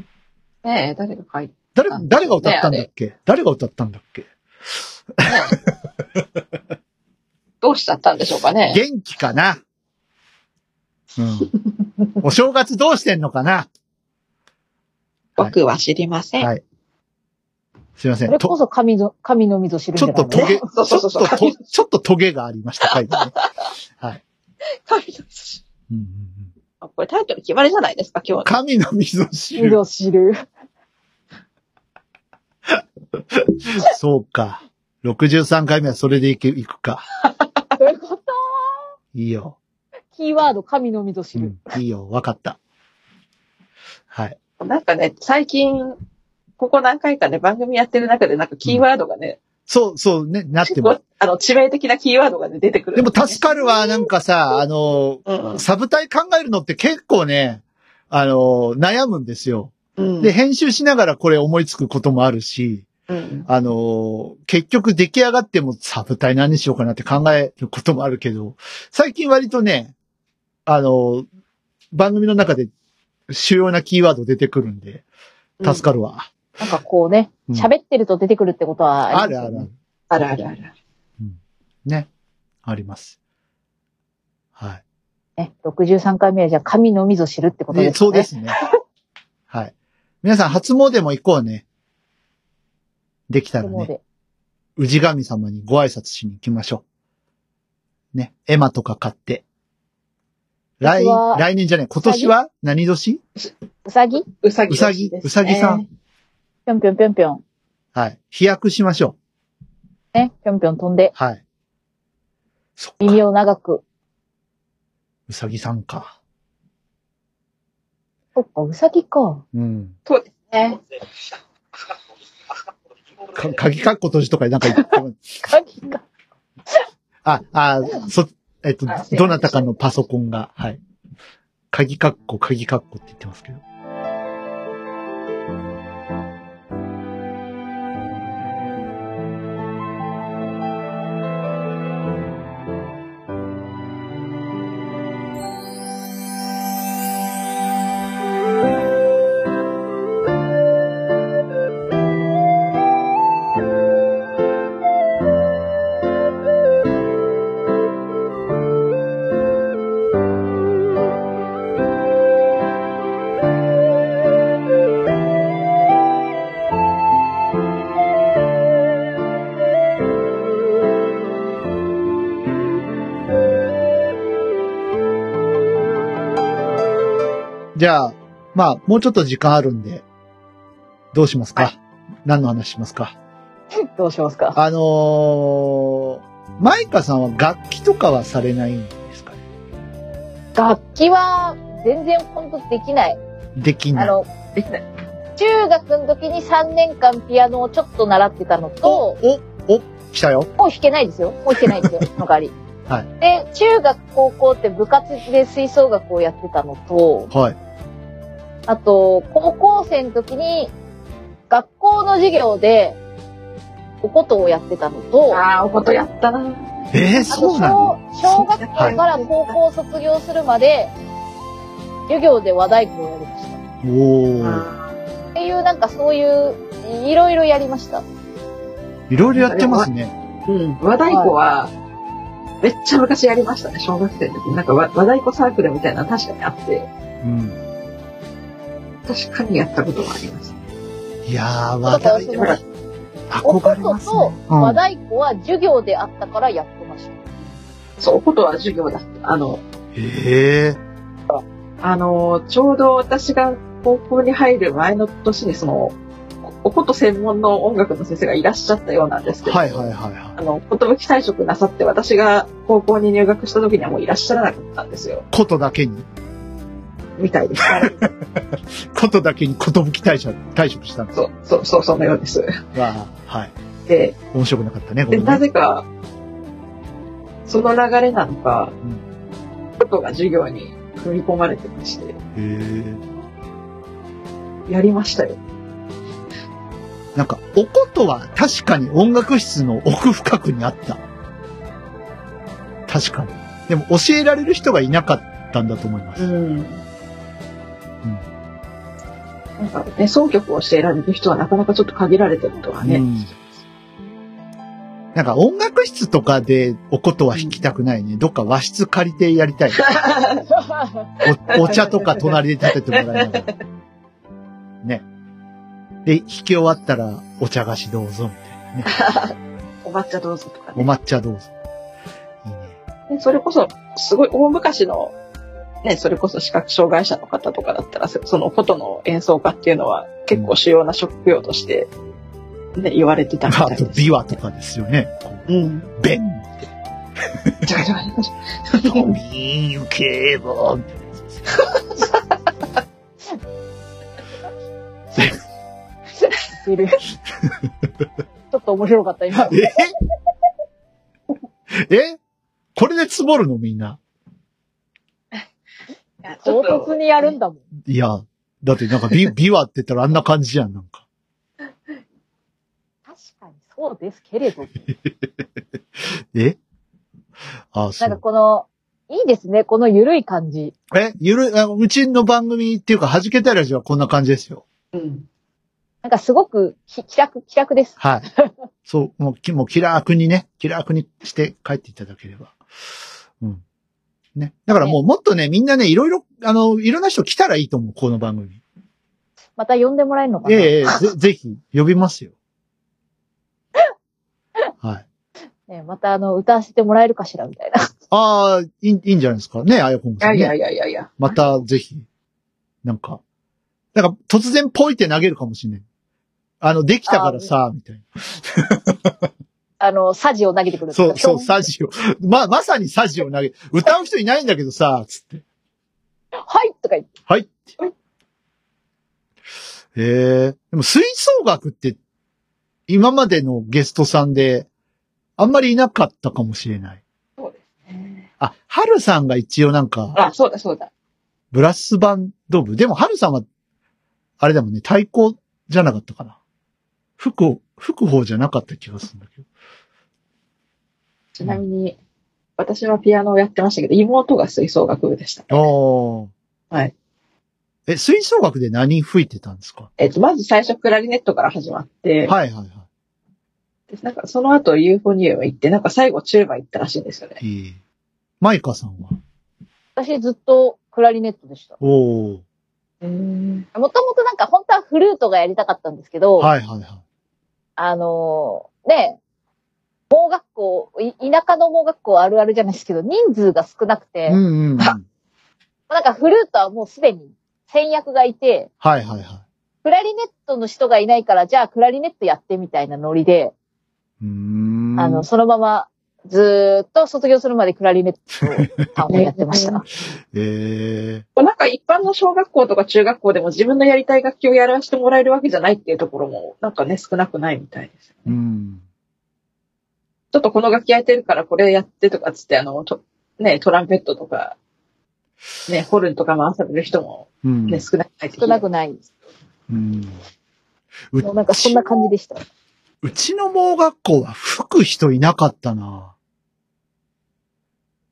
Speaker 3: <laughs> ねえ、誰が書いて、
Speaker 2: 誰
Speaker 3: なん、でしょうね
Speaker 2: 誰が歌ったんだっけ誰が歌ったんだっけ
Speaker 3: どうしちゃったんでしょうかね。
Speaker 2: 元気かなうん。お正月どうしてんのかな
Speaker 3: 僕は知りません。
Speaker 2: はいすいませ
Speaker 4: そ
Speaker 2: ん。
Speaker 4: れ
Speaker 2: と
Speaker 4: こそ神の、神の溝知るん
Speaker 2: ち
Speaker 4: じゃ
Speaker 2: ょ
Speaker 4: な
Speaker 2: っ
Speaker 4: いの
Speaker 2: とトゲ、ちょ
Speaker 3: そうそう
Speaker 2: っと
Speaker 3: そうそう
Speaker 2: と、ちょっとトゲがありました、回にね。はい。
Speaker 3: 神の味噌汁
Speaker 2: うんうんうん
Speaker 3: あ <laughs> これタイトル決まりじゃないですか、今日の。
Speaker 2: 神の溝
Speaker 4: <laughs>
Speaker 2: 汁。
Speaker 4: 溝知る。
Speaker 2: そうか。63回目はそれでいくいくか。
Speaker 4: どういうこと
Speaker 2: いいよ。
Speaker 4: キーワード、神の溝知
Speaker 2: う
Speaker 4: る。
Speaker 2: ん、いいよ。わかった。はい。
Speaker 3: なんかね、最近、ここ何回かね、番組やってる中で、なんかキーワードがね、
Speaker 2: そう、そうね、なって
Speaker 3: 結
Speaker 2: ます
Speaker 3: 構。、あの、致命的なキーワードがね、出てくる。
Speaker 2: でも、助かるわ、なんかさ、あの、
Speaker 3: うん
Speaker 2: サブ隊考えるのって結構ね、あの、悩むんですよ。
Speaker 3: うん。
Speaker 2: で、編集しながらこれ思いつくこともあるし、
Speaker 3: うん、
Speaker 2: あのー結局出来上がってもサブ隊何にしようかなって考えることもあるけど、最近割とね、あのー番組の中で主要なキーワード出てくるんで、助かるわ。
Speaker 4: なんかこうね、
Speaker 2: うん
Speaker 4: 喋ってると出てくるってことは
Speaker 2: あ
Speaker 4: あり
Speaker 2: る
Speaker 4: ます
Speaker 2: あ
Speaker 4: よね
Speaker 2: るある。
Speaker 3: あるあるある。
Speaker 2: ね。あります。はい。
Speaker 4: ね、63回目はじゃあ神のみぞ知るってこと
Speaker 2: で
Speaker 4: ですね。
Speaker 2: そうで。すね。はい。皆さん、初詣も行こうね。できたら
Speaker 4: もう
Speaker 2: ね、
Speaker 4: で。
Speaker 2: 氏神様にご挨拶しに行きましょう。ね、絵馬とか買って。来、
Speaker 4: 私は
Speaker 2: 来年じゃない、今年は何年
Speaker 4: うさぎ
Speaker 3: うさぎ、
Speaker 2: うさぎ、うさぎさん。。
Speaker 4: ぴょんぴょんぴょんぴょん。
Speaker 2: はい。飛躍しましょう。
Speaker 4: ね、ぴょんぴょん飛んで、
Speaker 2: はい。そっか。
Speaker 4: 耳を長く。
Speaker 2: うさぎさんか。
Speaker 4: そっか、うさぎか。
Speaker 2: うん。
Speaker 3: ね。
Speaker 2: か、鍵かっこ閉じとかなんか言っても
Speaker 4: 鍵が。
Speaker 2: あ、あ、そ、えっと
Speaker 3: あすいませ、ん
Speaker 2: どなたかのパソコンが、はい。鍵かっこ、鍵かっこって言ってますけど。じゃあ、まあ、もうちょっと時間あるんで、どうしますか、何の話しますか
Speaker 4: どうしますか
Speaker 2: あのー、マイカさんは楽器とかはされないんですかね
Speaker 4: 楽器は全然本当できない。
Speaker 2: できな
Speaker 4: あ
Speaker 2: い。
Speaker 4: の、
Speaker 3: できない。
Speaker 4: 中学の時に3年間ピアノをちょっと習ってたの
Speaker 2: お
Speaker 4: と、、
Speaker 2: お、お、来たよ。
Speaker 4: もう弾けないですよ。もう弾けないですよ。その代わり。
Speaker 2: は
Speaker 4: で、中学、高校って部活で吹奏楽をやってたのと、
Speaker 2: はい。
Speaker 4: あと、高校生の時に、学校の授業で、おことをやってたのと、あ
Speaker 3: ああ、おことやったな。
Speaker 2: えー、
Speaker 4: と
Speaker 2: そうなの
Speaker 4: 小、小学校から高校を卒業するまで、授業で和太鼓をやりまし
Speaker 2: お
Speaker 4: た。
Speaker 2: ー。
Speaker 3: あ
Speaker 4: っていう、なんかそういう、いろいろやりました。
Speaker 2: いろいろやってますね。
Speaker 3: ーうん。和太鼓は、めっちゃ昔やりましたね、小学生の時に。なんか和和太鼓サークルみたいなの確かにあって、
Speaker 2: うん。
Speaker 3: 確かにやったことがあります。
Speaker 2: いやー、
Speaker 4: だ
Speaker 2: 話
Speaker 4: から
Speaker 2: 題
Speaker 4: そ
Speaker 2: で
Speaker 4: の、おこ
Speaker 2: 憧れ
Speaker 4: と
Speaker 2: ますね。
Speaker 4: と
Speaker 2: うん
Speaker 4: 和太鼓は授業であったからやってました。
Speaker 3: そう、おことは授業だった。あの、
Speaker 2: へえ。
Speaker 3: あの、ちょうど私が高校に入る前の年に、その、おおこと専門の音楽の先生がいらっしゃったようなんですけど、
Speaker 2: はいはいはいは
Speaker 3: あの、寿退職なさって、私が高校に入学した時にはもういらっしゃらなかったんですよ。
Speaker 2: い。ことだけに、
Speaker 3: みた
Speaker 2: <laughs>
Speaker 3: いです。
Speaker 2: ことだけにことぶき退職、退職したんです
Speaker 3: そう、そう、そう、そのようです。
Speaker 2: が、はい。
Speaker 3: で、
Speaker 2: 面白くなかったね、こ
Speaker 3: で、
Speaker 2: れ
Speaker 3: な
Speaker 2: ね。
Speaker 3: ぜか、その流れなのか
Speaker 2: うん、
Speaker 3: ことが授業に組み込まれてまして、
Speaker 2: へえ。
Speaker 3: やりましたよ。
Speaker 2: なんか、おことは確かに音楽室の奥深くにあった。確かに。でも教えられる人がいなかったんだと思います。
Speaker 3: ん。なんかね、奏曲を教えられる人はなかなかちょっと限られてるとはね。
Speaker 2: うんなんか音楽室とかでおことは弾きたくないね。どっか和室借りてやりたい。
Speaker 4: <laughs>
Speaker 2: おお茶とか隣で立ててもらいながら。ね。で、弾き終わったらお茶菓子どうぞ、みたいなね。
Speaker 3: お抹茶どうぞとか
Speaker 2: お
Speaker 3: ね。
Speaker 2: 抹茶どうぞ。いいね。
Speaker 3: でそれこそ、すごい大昔の、ね、それこそ視覚障害者の方とかだったら、そそのことの演奏家っていうのは結構主要な職業として、ね、言われてたみ
Speaker 2: あ
Speaker 3: たい
Speaker 2: と、
Speaker 3: です。
Speaker 2: 琵琶とかですよね。
Speaker 4: <laughs>
Speaker 3: うん。
Speaker 2: べん
Speaker 3: ちゃちゃ
Speaker 2: 飛びゆけば。
Speaker 4: いる。ちょっと面白かった、今。
Speaker 2: え <laughs> えこれでつぼるのみんな。
Speaker 3: ちょ
Speaker 4: 唐
Speaker 3: っと
Speaker 4: 突にやるんだもん。
Speaker 2: いや、だってなんか <laughs> び琵琶って言ったらあんな感じじゃん、なんか。
Speaker 4: 確かにそうですけれど。
Speaker 2: えあ、そ
Speaker 4: なんか
Speaker 2: う。
Speaker 4: この、いいですね、このゆるい感じ。
Speaker 2: えゆる、あうちの番組っていうか、弾けたラジオはこんな感じですよ。
Speaker 3: うん。
Speaker 4: なんかすごくき気楽、気楽です。
Speaker 2: <laughs> はい。そう、もうき、もう気楽にね、気楽にして帰っていただければ。うん。ね。だからもうもっとね、みんなね、いろいろ、あの、いろんな人来たらいいと思う、この番組。
Speaker 4: また呼んでもらえるのか
Speaker 2: え
Speaker 4: な、
Speaker 2: えええ、
Speaker 3: <laughs>
Speaker 2: ぜ、ぜひ、呼びますよ。はい。
Speaker 4: ねまたあの、歌わせてもらえるかしらみたいな。
Speaker 2: ああ、いい、いいんじゃないですかね、あやこん
Speaker 3: い
Speaker 2: さ
Speaker 3: や
Speaker 2: ん
Speaker 3: いや
Speaker 2: ね。
Speaker 3: いやいやいや。
Speaker 2: また、ぜひ、なんか、なんか、突然ポイって投げるかもしれない。あの、できたからさ、みたいな。
Speaker 4: あの、サジを投げてくる。
Speaker 2: そう、そう、
Speaker 4: ピョン
Speaker 2: サジを。ま、まさにサジを投げ、歌う人いないんだけどさ、つって。
Speaker 4: はいとか言って。
Speaker 2: はい。へえ。でも、吹奏楽って、今までのゲストさんで、あんまりいなかったかもしれない。
Speaker 3: そうですね。
Speaker 2: あ、ハルさんが一応なんか、
Speaker 3: あ、そうだそうだ。
Speaker 2: ブラスバンド部。でも、ハルさんは、あれだもんね、太鼓じゃなかったかな。福を、福法じゃなかった気がするんだけど。
Speaker 3: ちなみに、私はピアノをやってましたけど、妹が吹奏楽部でした。
Speaker 2: ああ。
Speaker 3: はい。
Speaker 2: え、吹奏楽で何吹いてたんですか
Speaker 3: えっと、まず最初クラリネットから始まって、
Speaker 2: はいはいはい。
Speaker 3: なんかその後ユーフォニウム行って、なんか最後チューバ行ったらしいんですよね。
Speaker 2: えーマイカさんは
Speaker 4: 私ずっとクラリネットでした。
Speaker 2: おー。
Speaker 4: もともとなんか本当はフルートがやりたかったんですけど、
Speaker 2: はいはいは
Speaker 4: あのーね、盲学校、い田舎の盲学校あるあるじゃないですけど、人数が少なく
Speaker 2: い。
Speaker 4: て、
Speaker 2: うんうんうん。は
Speaker 3: あ
Speaker 2: い
Speaker 4: なんかフルートはもうすでに戦役がいて、
Speaker 2: はいは
Speaker 4: クラリネットの人がいないから、じゃあクラリネットやってみたいなノリで、
Speaker 2: い。うーん。
Speaker 4: あの、そのままずーっと卒業するまでクラリネットをやってました。
Speaker 2: ええ
Speaker 3: こうなんか一般の小学校とか中学校でも自分のやりたい楽器をやらせてもらえるわけじゃないっていうところも、なんかね、少なくないみたいです。
Speaker 2: ー。うん。
Speaker 3: ちょっとこの楽器空いてるからこれやってとかっつって、あの、とね、トランペットとか、ね、ホルンとか回される人も
Speaker 2: うん。
Speaker 3: ね、少なくないって聞い
Speaker 4: 少
Speaker 3: た
Speaker 4: なくない。
Speaker 2: うん。
Speaker 4: もうなんかそんな感じでした。
Speaker 2: うちの盲学校は吹く人いなかったな。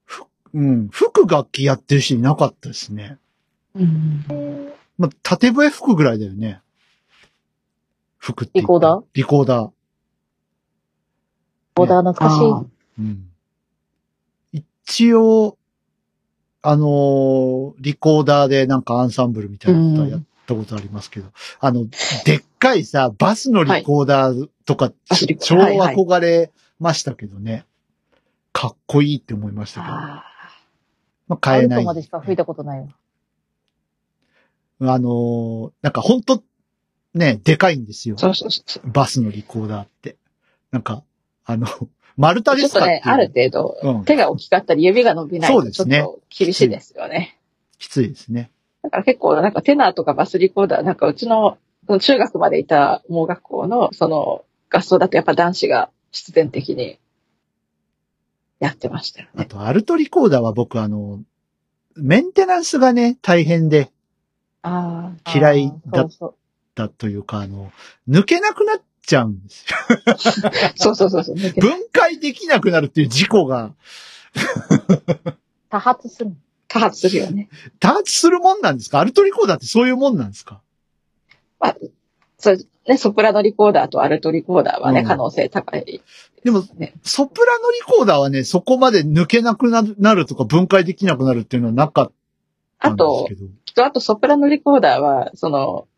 Speaker 2: ふうん。吹く楽器やってる人いなかったですね。まあ、縦笛吹くぐらいだよね。吹くって言ったら。
Speaker 4: リコーダー
Speaker 2: リコーダー。
Speaker 4: ボーダー懐かしい。
Speaker 3: あー
Speaker 2: うん一応、あのーリコーダーでなんかアンサンブルみたいなことはやったことありますけど、あの、でっかいさ、バスのリコーダーとか、
Speaker 3: バスリコ
Speaker 2: 超
Speaker 3: はいはい
Speaker 2: 憧れましたけどね。かっこいいって思いましたけど。
Speaker 3: あ
Speaker 2: まあ、
Speaker 4: ア
Speaker 2: 買え
Speaker 4: ル
Speaker 2: な
Speaker 4: ト
Speaker 2: い。
Speaker 4: までしか吹いたことないわ。
Speaker 2: あのーなんかほんと、ね、でかいんですよ
Speaker 3: ー。そうそうそう。
Speaker 2: バスのリコーダーって。なんか、あの、丸太
Speaker 3: ち
Speaker 2: で
Speaker 3: ょっ
Speaker 2: すか
Speaker 3: と
Speaker 2: ってい
Speaker 3: ね
Speaker 2: う、
Speaker 3: ある程度、
Speaker 2: うん。
Speaker 3: 手が大きかったり指が伸びない
Speaker 2: そう
Speaker 3: と
Speaker 2: で
Speaker 3: ちょ
Speaker 2: す
Speaker 3: っ
Speaker 2: ね
Speaker 3: と厳しいですよね。
Speaker 2: きついですね。
Speaker 3: だから結構なんかテナーとかバスリコーダー、なんかうちのその中学までいた盲学校のその合奏だとやっぱ男子が必然的にやってましたよ
Speaker 2: あ
Speaker 3: ね。
Speaker 2: と、アルトリコーダーは僕、あの、メンテナンスがね、大変で、
Speaker 3: あ
Speaker 2: 嫌いだ
Speaker 4: あー
Speaker 2: っ
Speaker 4: そう
Speaker 2: たというか、あの、抜けなくなっちゃうんですよ。
Speaker 3: あ、そうそうそうそう。抜け
Speaker 2: 分解できなくなるっていう事故が、
Speaker 4: そう。多発する。
Speaker 3: 多発するよね。
Speaker 2: 多発するもんなんですかアルトリコーダーってそういうもんなんですか
Speaker 3: まあ、そう、ね、ソプラノリコーダーとアルトリコーダーはね、
Speaker 2: うん
Speaker 3: 可能性高い、
Speaker 2: でも、
Speaker 3: ね。
Speaker 2: ソプラノリコーダーはね、そこまで抜けなくなるなるとか、分解できなくなるっていうのはなかっ
Speaker 3: あ
Speaker 2: たんです
Speaker 3: と
Speaker 2: け、ど。
Speaker 3: きっとあとソプラノリコーダーは、その、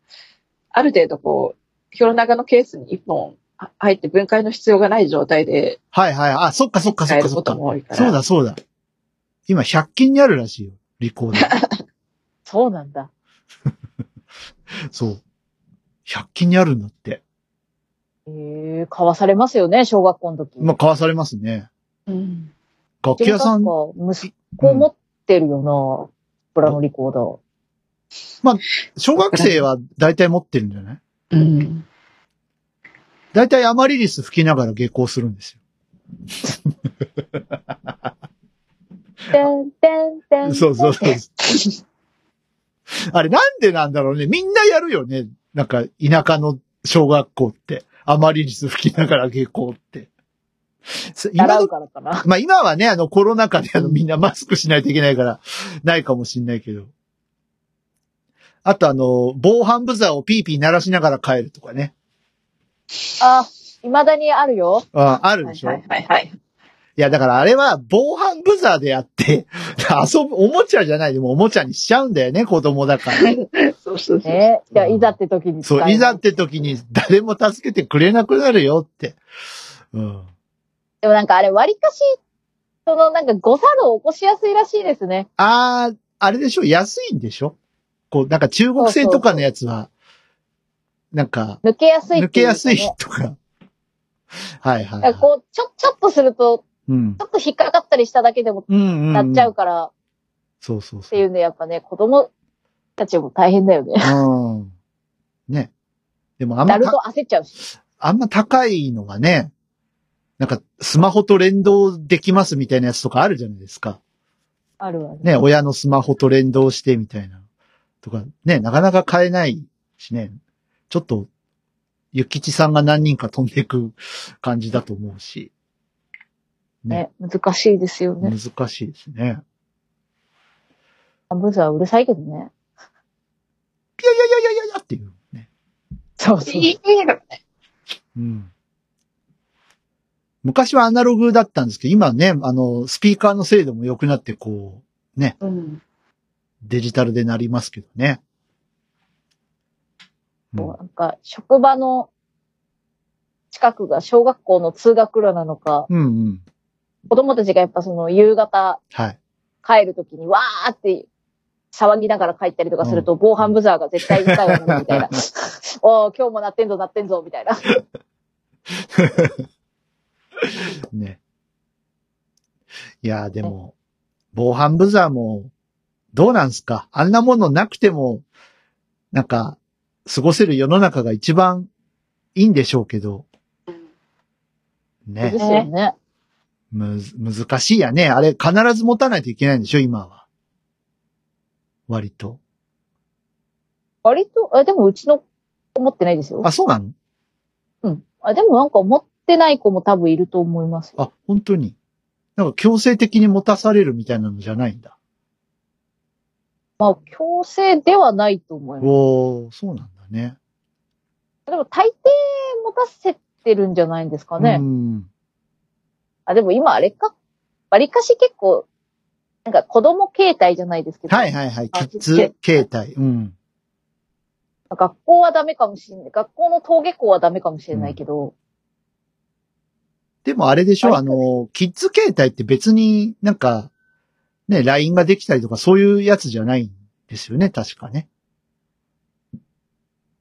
Speaker 3: ある程度こう、ヒョロナガのケースに一本あ入って分解の必要がない状態で
Speaker 2: はいはい。あ、そっかそっかそ
Speaker 3: 使
Speaker 2: っ
Speaker 3: え
Speaker 2: か
Speaker 3: る
Speaker 2: そ
Speaker 3: こ
Speaker 2: っか
Speaker 3: と。も多いから。
Speaker 2: そうだそうだ。今、100均にあるらしいよ。リコーダー。
Speaker 3: <laughs>
Speaker 4: そうなんだ。
Speaker 2: そう。100均にあるんだって。
Speaker 4: ええ買わされますよね、小学校の時。
Speaker 2: まあ、買わされますね。
Speaker 3: うん。
Speaker 2: 楽器屋さん
Speaker 4: でもなんか息子持ってるよな、プラのリコーダー。
Speaker 2: 小学生は大体持ってるんじゃない
Speaker 3: うん。
Speaker 2: 大体アマリリス吹きながら下校するんです
Speaker 4: てんてんて
Speaker 2: よ。
Speaker 4: ん。
Speaker 2: そうそうそう。あれなんでなんだろうね。みんなやるよね。なんか田舎の小学校って。アマリリス吹きながら下校って。す今
Speaker 4: 習
Speaker 2: の
Speaker 4: う、からかな。
Speaker 2: まあ今はね、あのコロナ禍であのみんなマスクしないといけないから、ないかもしんないけど。あとあの、防犯ブザーをピーピー鳴らしながら帰るとかね。
Speaker 4: あ、未だにあるよ。
Speaker 2: ああるでしょ、
Speaker 3: はいいはいはい。
Speaker 2: や、だからあれは防犯ブザーでやって、 <laughs> 遊ぶ、おもちゃじゃないでもおもちゃにしちゃうんだよね、子供だから。
Speaker 4: <laughs>
Speaker 3: <laughs> そうそうそう。
Speaker 4: ねじゃあ、いざって時に使
Speaker 2: そう、いざっ
Speaker 4: で
Speaker 2: て時に誰も助けてくれなくなるよって。うん。
Speaker 4: もなんかあれ、割かし、そのなんか誤作動起こしやすいらしいですね。
Speaker 2: あー、あれでしょ安いんでしょこう、なんか中国製とかのやつは、なんか、
Speaker 4: 抜けやすい
Speaker 2: 抜
Speaker 4: って
Speaker 2: け
Speaker 4: いうか
Speaker 2: や
Speaker 4: ね
Speaker 2: すいとか。はいはい、は
Speaker 4: だから
Speaker 2: い。
Speaker 4: こう、ちょ、ちょっとすると、
Speaker 2: うん
Speaker 4: ち。ょっと引っかかったりしただけでも
Speaker 2: うんうん、うん。
Speaker 4: なっちゃうから、っ
Speaker 2: そうそう
Speaker 4: て
Speaker 2: そう。
Speaker 4: いうんで、やっぱね、子供たちも大変だよね。
Speaker 2: うん。ね。でもあん
Speaker 4: や
Speaker 2: ま
Speaker 4: ると
Speaker 2: た、
Speaker 4: 焦っちゃうし。
Speaker 2: あんま高いのがね、なんかスマホと連動できますみたいなやつとかあるじゃないですか。
Speaker 4: あるわね。
Speaker 2: ね、親のスマホと連動してみたいな。とか、ね、なかなか買えないしね。ちょっと、ゆきちさんが何人か飛んでいく感じだと思うし、
Speaker 4: ね、難しいですよね。
Speaker 2: 難しいですね。
Speaker 4: ブザーうるさいけどね。
Speaker 2: いやいやいやいやいやっていうね。
Speaker 4: そう
Speaker 3: いい映画
Speaker 2: うん。昔はアナログだったんですけど、今ね、あの、スピーカーの精度も良くなって、こう、
Speaker 3: うん。
Speaker 2: デジタルでなりますけどね。うん
Speaker 4: なんか、職場の近くが小学校の通学路なのか、
Speaker 2: うんうん。
Speaker 4: 子供たちがやっぱその夕方
Speaker 2: はい。
Speaker 4: 帰るときにわーって騒ぎながら帰ったりとかすると、防犯ブザーが絶対痛いよね、みたいな。 <laughs> おー今日も鳴ってんぞ、鳴ってんぞ、みたいな。
Speaker 2: ね。いやーでも、防犯ブザーも、どうなんすかあんなものなくても、なんか、過ごせる世の中が一番いいんでしょうけど。
Speaker 4: です
Speaker 2: ね。
Speaker 4: よね。
Speaker 2: むず、難しいやね。あれ、必ず持たないといけないんでしょ今は。割と。
Speaker 4: 割と、え、でもうちの子持ってないですよ
Speaker 2: あ、。そうなの
Speaker 4: うん。あ、でもなんか持ってない子も多分いると思います。
Speaker 2: あ、本当に。なんか強制的に持たされるみたいなのじゃないんだ。
Speaker 4: まあ、強制ではないと思います。
Speaker 2: おー、そうなんだね。
Speaker 4: でも大抵持たせてるんじゃないんですかね。
Speaker 2: うん。
Speaker 4: あ、でも今あれか。割かし結構、なんか子供携帯じゃないですけど。
Speaker 2: はいはいはい。キ
Speaker 4: あ
Speaker 2: ッズ携帯。うん。
Speaker 4: 学校はダメかもしんない。学校の登下校はダメかもしれないけど、
Speaker 2: でもあれでしょ
Speaker 4: 割と
Speaker 2: あの、キッズ携帯って別になんか、ね、LINE ができたりとかそういうやつじゃないんですよね、確かね。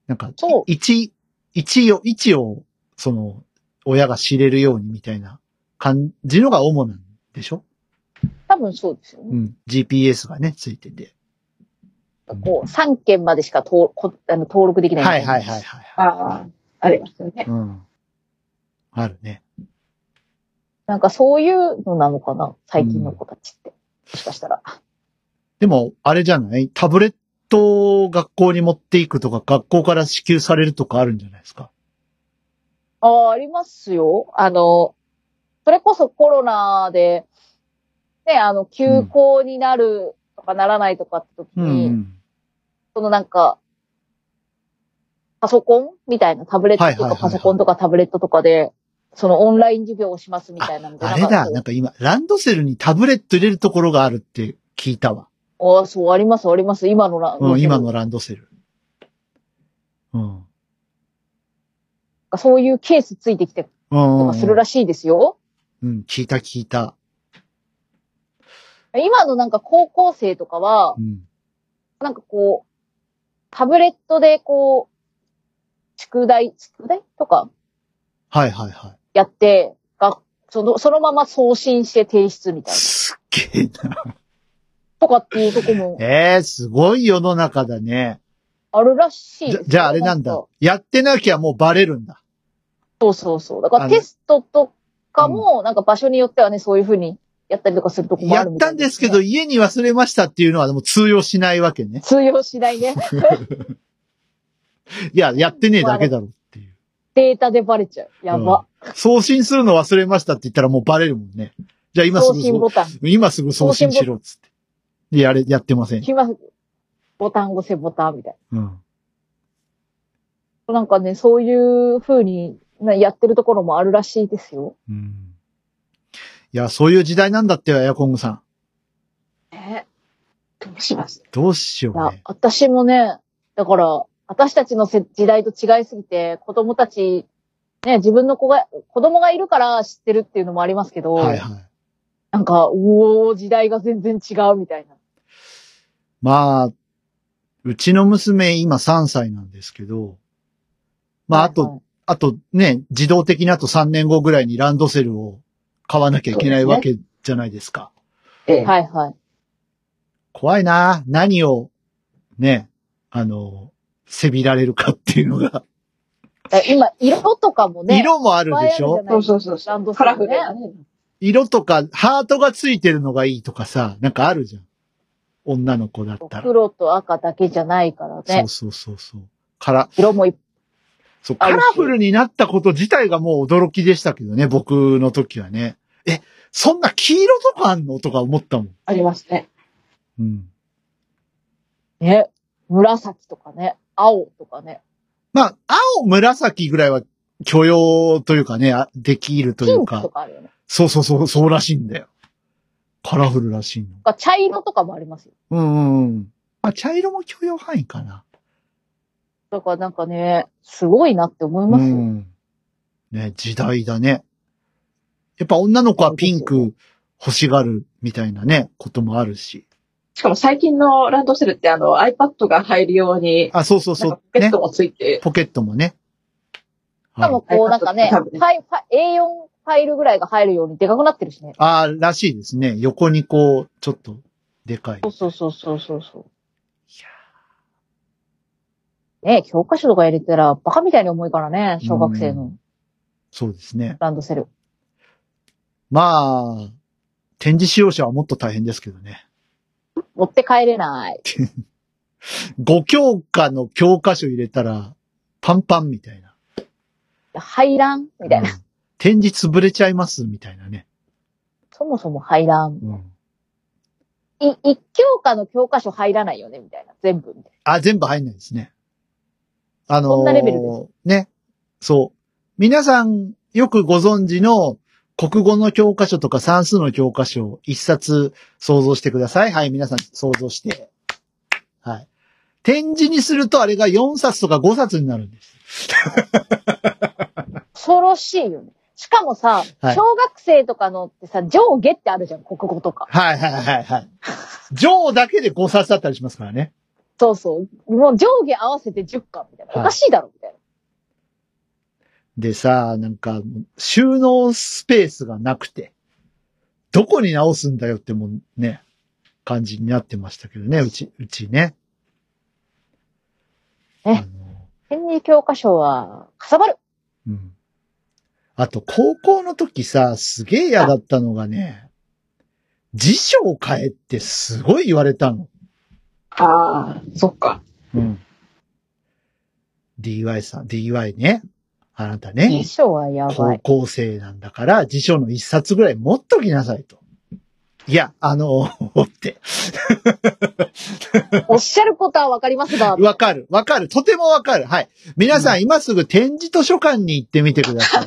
Speaker 2: なんか、
Speaker 4: そう
Speaker 2: 一、一を、一を、その、親が知れるようにみたいな感じのが主なんでしょ
Speaker 4: 多分そうですよ
Speaker 2: う
Speaker 4: ね。
Speaker 2: ん。GPS がね、ついてて。うん
Speaker 4: こう、3件までしか登こあの登録できない
Speaker 2: はいはいはいはい。
Speaker 3: ああ、ありますよね。
Speaker 2: うん。あるね。
Speaker 4: なんかそういうのなのかな最近の子たちって。もしかしたら。
Speaker 2: でも、あれじゃないタブレットを学校に持っていくとか、学校から支給されるとかあるんじゃないですか
Speaker 4: ああ、ありますよ。あの、それこそコロナで、ね、あの、休校になるとかならないとかって時
Speaker 2: う
Speaker 4: に、
Speaker 2: ん。
Speaker 4: そのなんか、パソコンみたいな、タブレットと
Speaker 2: はいはいは
Speaker 4: か
Speaker 2: いはい
Speaker 4: パソコンとかタブレットとかで、そのオンライン授業をしますみたいなので
Speaker 2: あれだ、
Speaker 4: な
Speaker 2: なんん
Speaker 4: か
Speaker 2: か今、ランドセルにタブレット入れるところがあるって聞いたわ。
Speaker 4: こうああ、そう、あります、あります。今のラ
Speaker 2: うん、今のランドセル。うん。
Speaker 4: そういうケースついてきて
Speaker 2: うん
Speaker 4: と
Speaker 2: うん
Speaker 4: かするらしいですよ。
Speaker 2: うん、聞いた聞いた。
Speaker 4: 今のなんか高校生とかは
Speaker 2: う、ん。
Speaker 4: なんかこう、タブレットでこう、宿題、宿題とか
Speaker 2: はいはいは
Speaker 4: やって、がその、そのまま送信して提出み
Speaker 2: い。 <laughs>
Speaker 4: たいな。
Speaker 2: すっげえな。
Speaker 4: とかっていうとこも
Speaker 2: ええすごい世の中だね。
Speaker 4: あるらしい
Speaker 2: じ
Speaker 4: です
Speaker 2: ゃ
Speaker 4: よ、
Speaker 2: じゃああれなんだ
Speaker 4: か。
Speaker 2: やってなきゃもうバレるんだ。
Speaker 4: そうそうそう。だか
Speaker 2: あ
Speaker 4: ら
Speaker 2: の
Speaker 4: テストとかも、なんか場所によってはね、そういうふうにやったりとかするとこもあ
Speaker 2: や
Speaker 4: るみ
Speaker 2: ったた
Speaker 4: い
Speaker 2: んですけど、
Speaker 4: ね。
Speaker 2: 家に忘れましたっていうのはでも通用しないわけね。
Speaker 4: 通用しないね。
Speaker 2: いや、やってねえだけだろっていう。
Speaker 4: データでバレちゃう。やば。
Speaker 2: うん送信するの忘れましたって言ったらもうバレるもんね。じゃあ今す
Speaker 4: 送
Speaker 2: ぐ
Speaker 4: 信ボタン。
Speaker 2: 今すぐ送信しろっつって。で、やれ、やってません。
Speaker 4: 今、ボタン押せボタンみたい
Speaker 2: うん。
Speaker 4: な。なんかね、そういう風になやってるところもあるらしいですよ。
Speaker 2: うん。いや、そういう時代なんだってよ、エアコングさん。
Speaker 3: ねどうします
Speaker 2: どうしよ
Speaker 4: いや
Speaker 2: うね、。
Speaker 4: 私もね、だから、私たちのせ時代と違いすぎて、子供たち、ね、自分の子が、子供がいるから知ってるっていうのもありますけど、
Speaker 2: はいはい。
Speaker 4: なんか、おー、時代が全然違うみたいな。
Speaker 2: まあ、うちの娘今3歳なんですけど、まあ、あ
Speaker 4: はいは
Speaker 2: と、
Speaker 4: い
Speaker 2: あとね、自動的にあと3年後ぐらいにランドセルを買わなきゃいけないわけじゃないですか。
Speaker 3: ええ。
Speaker 4: はいはい。
Speaker 2: 怖いな何を、ね、あの、せびられるかっていうのが。
Speaker 4: だから今、色とかもね、
Speaker 2: 色もあるでし
Speaker 4: いっぱいあ
Speaker 2: ょ
Speaker 4: るじゃない
Speaker 3: そうそうそうそ
Speaker 4: ランド
Speaker 3: う。
Speaker 4: セルね
Speaker 3: カラフルだね。
Speaker 2: 色とか、ハートがついてるのがいいとかさ、なんかあるじゃん。女の子だったら。
Speaker 4: 黒と赤だけじゃないから
Speaker 2: そ
Speaker 4: ね
Speaker 2: う。そうそうそう。から、
Speaker 4: 色もいっ
Speaker 2: そう、
Speaker 4: あ
Speaker 2: カ
Speaker 4: る
Speaker 2: ラ
Speaker 4: し
Speaker 2: フルになったこと自体がもう驚きでしたけどね、僕の時はね。え、そんな黄色とかあんのとか思ったもん。
Speaker 3: ありますね。
Speaker 2: うん。
Speaker 4: ぱい、ね、紫とかね、青とかね、
Speaker 2: まあ、青、紫ぐらいは許容というかね、あできるとい
Speaker 4: ピ
Speaker 2: う
Speaker 4: ンク
Speaker 2: か
Speaker 4: と。かあるよね。
Speaker 2: そうそうそう、そうらしいんだよ。カラフルらしいの。
Speaker 4: とか茶色とかもありますよ。
Speaker 2: うんうんうん。まあ、茶色も許容範囲かな。
Speaker 4: だからなんかね、すごいなって思いうますよ。
Speaker 2: ん。ね、時代だね。やっぱ女の子はピンク欲しがるみたいなね、こともあるし。
Speaker 3: しかも最近のランドセルってあの iPad が入るように、
Speaker 2: あ、そうそう
Speaker 3: なん
Speaker 2: そ
Speaker 3: か
Speaker 2: う
Speaker 3: ポ。ケ
Speaker 2: ね
Speaker 3: ット。もついて、
Speaker 2: ポケットもね。
Speaker 4: しかも
Speaker 2: はい
Speaker 4: こうなんかね、
Speaker 3: 多
Speaker 4: フ
Speaker 3: 分ね
Speaker 4: ァイファイ A4 ファイルぐらいが入るようにでかくなってるしね。
Speaker 2: ああ、らしいですね。横にこう、ちょっと、でかい
Speaker 4: そ。うそうそうそうそうそう。ね教科書とか入れたらバカみたいに重いからね、小学生
Speaker 2: う
Speaker 4: の
Speaker 2: んそうですね。
Speaker 4: ランドセル。
Speaker 2: まあ、展示使用者はもっと大変ですけどね。
Speaker 4: 持って帰れない。
Speaker 2: 5教科の教科書入れたら、パンパンみたいな。
Speaker 4: 入らんみたいな。
Speaker 2: うん展示潰れちゃいます、みたいなね。
Speaker 4: そもそも入らん。
Speaker 2: うん。
Speaker 4: い、一教科の教科書入らないよねみたいな。全部みたい
Speaker 2: あ、全部入んないですね。あのー
Speaker 4: そんなレベルです
Speaker 2: ね。そう。皆さんよくご存知の国語の教科書とか算数の教科書を一冊想像してください。はい、皆さん想像して。はい。展示にするとあれが4冊とか5冊になるんです。
Speaker 4: な。恐ろしいよね。しかもさ、
Speaker 2: はい
Speaker 4: 小学生とかのってさ、上下ってあるじゃん、国語とか。
Speaker 2: はいはいはい
Speaker 4: <laughs>
Speaker 2: はい。上だけで5冊だったりしますからね。
Speaker 4: そうそう。もう上下合わせて10巻みたいな。
Speaker 2: はい
Speaker 4: おかしいだろ、みたいな。
Speaker 2: でさ、なんか、収納スペースがなくて、どこに直すんだよってもうね、感じになってましたけどね、うち、うちね。あ
Speaker 4: え
Speaker 2: の
Speaker 4: 天理教科書は、かさばる。
Speaker 2: うん。あと、高校の時さ、すげえ嫌だったのがね、辞書を変えってすごい言われたの。
Speaker 3: ああ、そっか。
Speaker 2: うん。DY さん、DY ね。あなた
Speaker 3: え
Speaker 2: ね
Speaker 3: え。
Speaker 4: 辞書はやば
Speaker 2: 高
Speaker 4: い。
Speaker 2: 校生なんだから、辞書の一冊ぐらい持っときなさいと。いや、あの、 <laughs> って。
Speaker 4: おっしゃることはわかりますが、
Speaker 2: わかる、わかる。とてもわかる。はい。皆さん、今すぐ展示図書館に行ってみてください。
Speaker 3: っ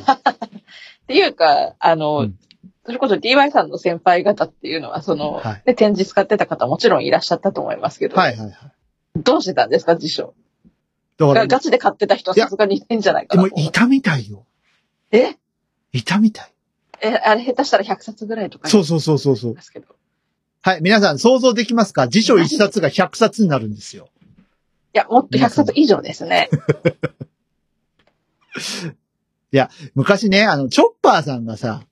Speaker 3: ていうか、あの、
Speaker 2: うん
Speaker 3: それこそ DY さんの先輩方っていうのは、その、
Speaker 2: はい
Speaker 3: で展示使ってた方もちろんいらっしゃったと思いますけど、
Speaker 2: はいはいはい。
Speaker 3: どうしてたんですか、辞書。
Speaker 2: だから、
Speaker 3: ガチで買ってた人はさすがにいないんじゃないか
Speaker 2: で
Speaker 3: な
Speaker 2: も
Speaker 3: と思う
Speaker 2: いたみたいよ。
Speaker 3: え
Speaker 2: いたみたい。
Speaker 3: え、あれ下手したら100冊ぐらいとか
Speaker 2: そうそうそうそうそう
Speaker 3: で。すけど。
Speaker 2: はい。皆さん、想像できますか辞書一冊が100冊になるんですよ。
Speaker 3: いや、もっと100冊以上ですね。
Speaker 2: 昔ね、あの、チョッパーさんがさ、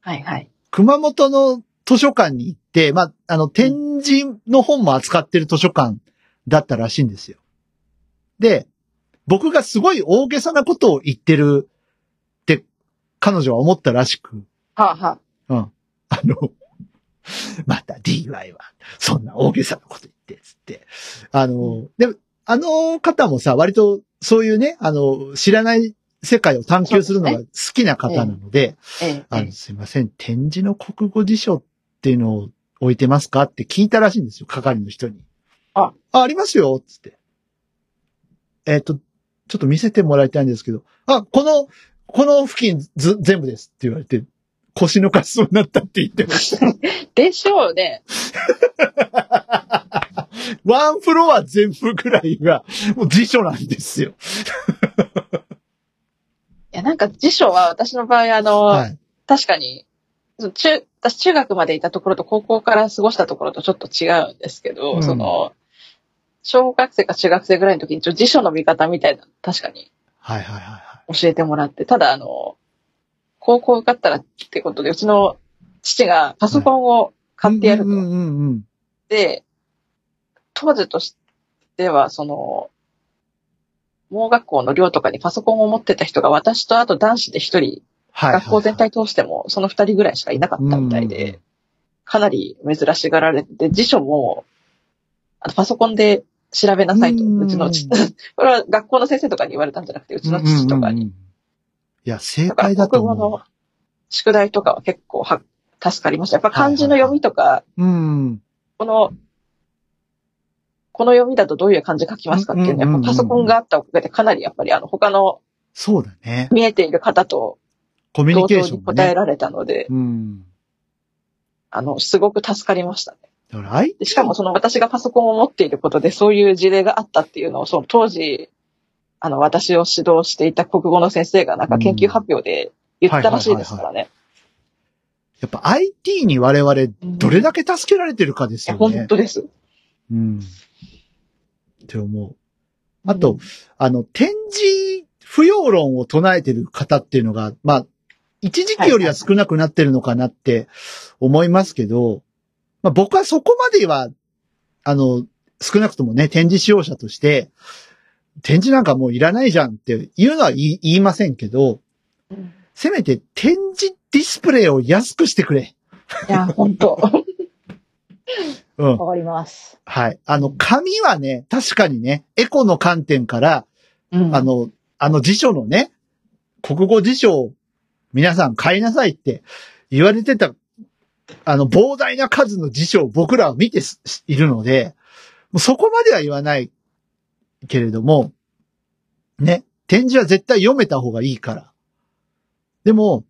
Speaker 3: はいはい。
Speaker 2: 熊本の図書館に行って、まあ、あの、展示の本も扱ってる図書館だったらしいんですよ。で、僕がすごい大げさなことを言ってるって彼女は思ったらしく、
Speaker 3: はあ、はあ、
Speaker 2: うん。あの、 <laughs> また DY は、そんな大げさなこと言って、つって。あの、でも、あの方もさ、割とそういうね、あの、知らない世界を探求するのが好きな方なので、
Speaker 3: えええ
Speaker 2: あ
Speaker 3: え
Speaker 2: の、すいません、展示の国語辞書っていうのを置いてますかって聞いたらしいんですよ、係の人に。
Speaker 3: あ
Speaker 2: あ、ありますよ、つって。えっ、と、ちょっと見せてもらいたいんですけど、あ、この、この付近ず、全部ですって言われて、腰抜かしそうになったって言
Speaker 3: <laughs>
Speaker 2: ってました。
Speaker 3: でしょうね。
Speaker 2: ワンフロア全部ぐらいが、もう辞書なんですよ。
Speaker 3: いや、なんか辞書は私の場合、あの、
Speaker 2: はい。
Speaker 3: 確かに、その中、私中学までいたところと高校から過ごしたところとちょっと違うんですけど、
Speaker 2: うん
Speaker 3: その、小学生か中学生ぐらいの時に一応辞書の見方みたいなの確かに
Speaker 2: はいはいはいは
Speaker 3: 教えてもらって、ただあの、高校受かったらってことで、うちの父がパソコンを買
Speaker 2: い。
Speaker 3: ってやると
Speaker 2: うんうんうんうん。
Speaker 3: で、当時としては、その、盲学校の寮とかにパソコンを持ってた人が私とあと男子で一人、
Speaker 2: はいはいはい。
Speaker 3: 学校全体通してもその二人ぐらいしかいなかったみたいで、
Speaker 2: うん
Speaker 3: かなり珍しがられてて、辞書も、あのパソコンで調べなさいと、
Speaker 2: うん
Speaker 3: うちの父、 <laughs> これは学校の先生とかに言われたんじゃなくて、うちの父
Speaker 2: う
Speaker 3: とか
Speaker 2: んうんうんう
Speaker 3: に。
Speaker 2: んいや、正解だと
Speaker 3: だから国語
Speaker 2: 思
Speaker 3: の宿題とかは結構は助かりました。やっぱ漢字の読みとか、
Speaker 2: う。うん。
Speaker 3: この、この読みだとどういう漢字書きますかっていうのは、
Speaker 2: うんうん
Speaker 3: や
Speaker 2: うんう
Speaker 3: っ
Speaker 2: ん
Speaker 3: ぱパソコンがあったおかげでかなりやっぱりあの他の
Speaker 2: そうだね。
Speaker 3: 見えている方と
Speaker 2: コミュニ
Speaker 3: 同
Speaker 2: ケ
Speaker 3: 等
Speaker 2: ーショ
Speaker 3: に
Speaker 2: ンも
Speaker 3: 答え
Speaker 2: ね。
Speaker 3: られたので、
Speaker 2: うん。
Speaker 3: あの、すごく助かりましたね。
Speaker 2: だから相
Speaker 3: でしかもその私がパソコンを持っていることでそういう事例があったっていうのを、その当時、あの、私を指導していた国語の先生がなんか研究発表で言ったらしいですからね。
Speaker 2: やっぱ IT に我々どれ
Speaker 3: い
Speaker 2: だけ助けられてるかです
Speaker 3: や、
Speaker 2: よ
Speaker 3: 本
Speaker 2: ね。
Speaker 3: 当です。
Speaker 2: うん。って思う。あと、あの、展示不要論を唱えてる方っていうのが、まあ、一時期よりは少なくなってるのかなって思いますけど、まあ僕はそこまでは、あの、少なくともね、展示使用者として、展示なんかもういらないじゃんっていうのは言い言いませんけど、
Speaker 3: うん、い
Speaker 2: せめて展示ディスプレイを安くしてくれ。
Speaker 3: や、本当。
Speaker 2: うん。
Speaker 4: わかります。
Speaker 2: はい。あの、紙はね、確かにね、エコの観点から、
Speaker 3: うん
Speaker 2: あ、の、あの辞書のね、国語辞書を皆さん買いなさいって言われてた、あの、膨大な数の辞書を僕らは見てすいるので、もうそこまでは言わないけれども、ね、展示は絶対読めた方がいいから。でも、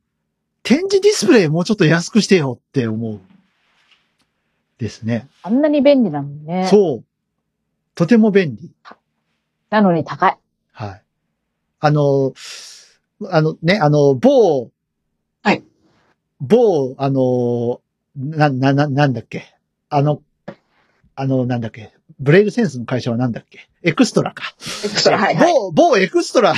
Speaker 2: 展示ディスプレイもうちょっと安くしてよって思う。ですね。
Speaker 4: あんなに便利なのにね。
Speaker 2: そう。とても便利。
Speaker 4: なのに高い。
Speaker 2: はい。あの、あのね、あの、某、
Speaker 3: はい。
Speaker 2: 某、あの、な、な、な、なんだっけ。あの、あの、なんだっけ。ブレイルセンスの会社はなんだっけ。エクストラか。
Speaker 3: エクストラ、はいはい。
Speaker 2: 某、某エクスト
Speaker 3: <laughs>
Speaker 2: ラ。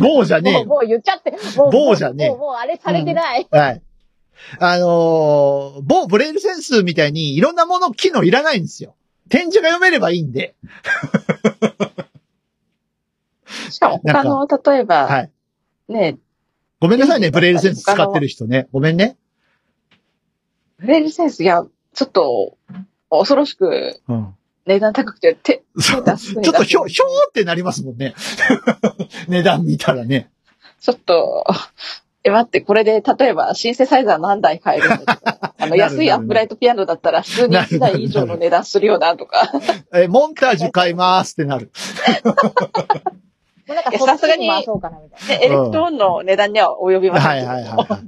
Speaker 2: 某じゃねえ
Speaker 4: もう、
Speaker 2: よ。
Speaker 4: もう言っちゃって。もう、
Speaker 2: 棒じゃねえ
Speaker 4: もう、もうもうあれされてない。
Speaker 2: はい。あのー某ブレイルセンスみたいにいろんなもの、機能いらないんですよ。展示が読めればいいんで。
Speaker 3: しかも他の、例えば、
Speaker 2: はい。
Speaker 3: ね、
Speaker 2: ごめんなさいね、ブレイルセンス使ってる人ね。ごめんね。
Speaker 3: フレイルセンス、いや、ちょっと、恐ろしく
Speaker 2: うん。
Speaker 3: 値段高くて、手、
Speaker 2: そう
Speaker 3: 手出す。
Speaker 2: ちょっとひょ、ひょーってなりますもんね。 <laughs> 値段見たらね。
Speaker 3: ちょっと、 <laughs> え、待って、これで、例えば、シンセサイザー何台買えるのと
Speaker 2: <laughs>
Speaker 3: か、あの、
Speaker 2: なる
Speaker 3: 安いアップライトピアノだったら、普通に1台以上の値段するよな、とか。
Speaker 2: <laughs> え、モンタージュ買いますってなる。
Speaker 4: もうなんか
Speaker 3: いや
Speaker 4: そっち
Speaker 3: さすが
Speaker 4: に
Speaker 3: に
Speaker 4: 回そうかなみたいな。
Speaker 3: でエレクトーンの値段には及びません
Speaker 2: は
Speaker 3: け
Speaker 2: い
Speaker 3: ど。
Speaker 2: はいはいは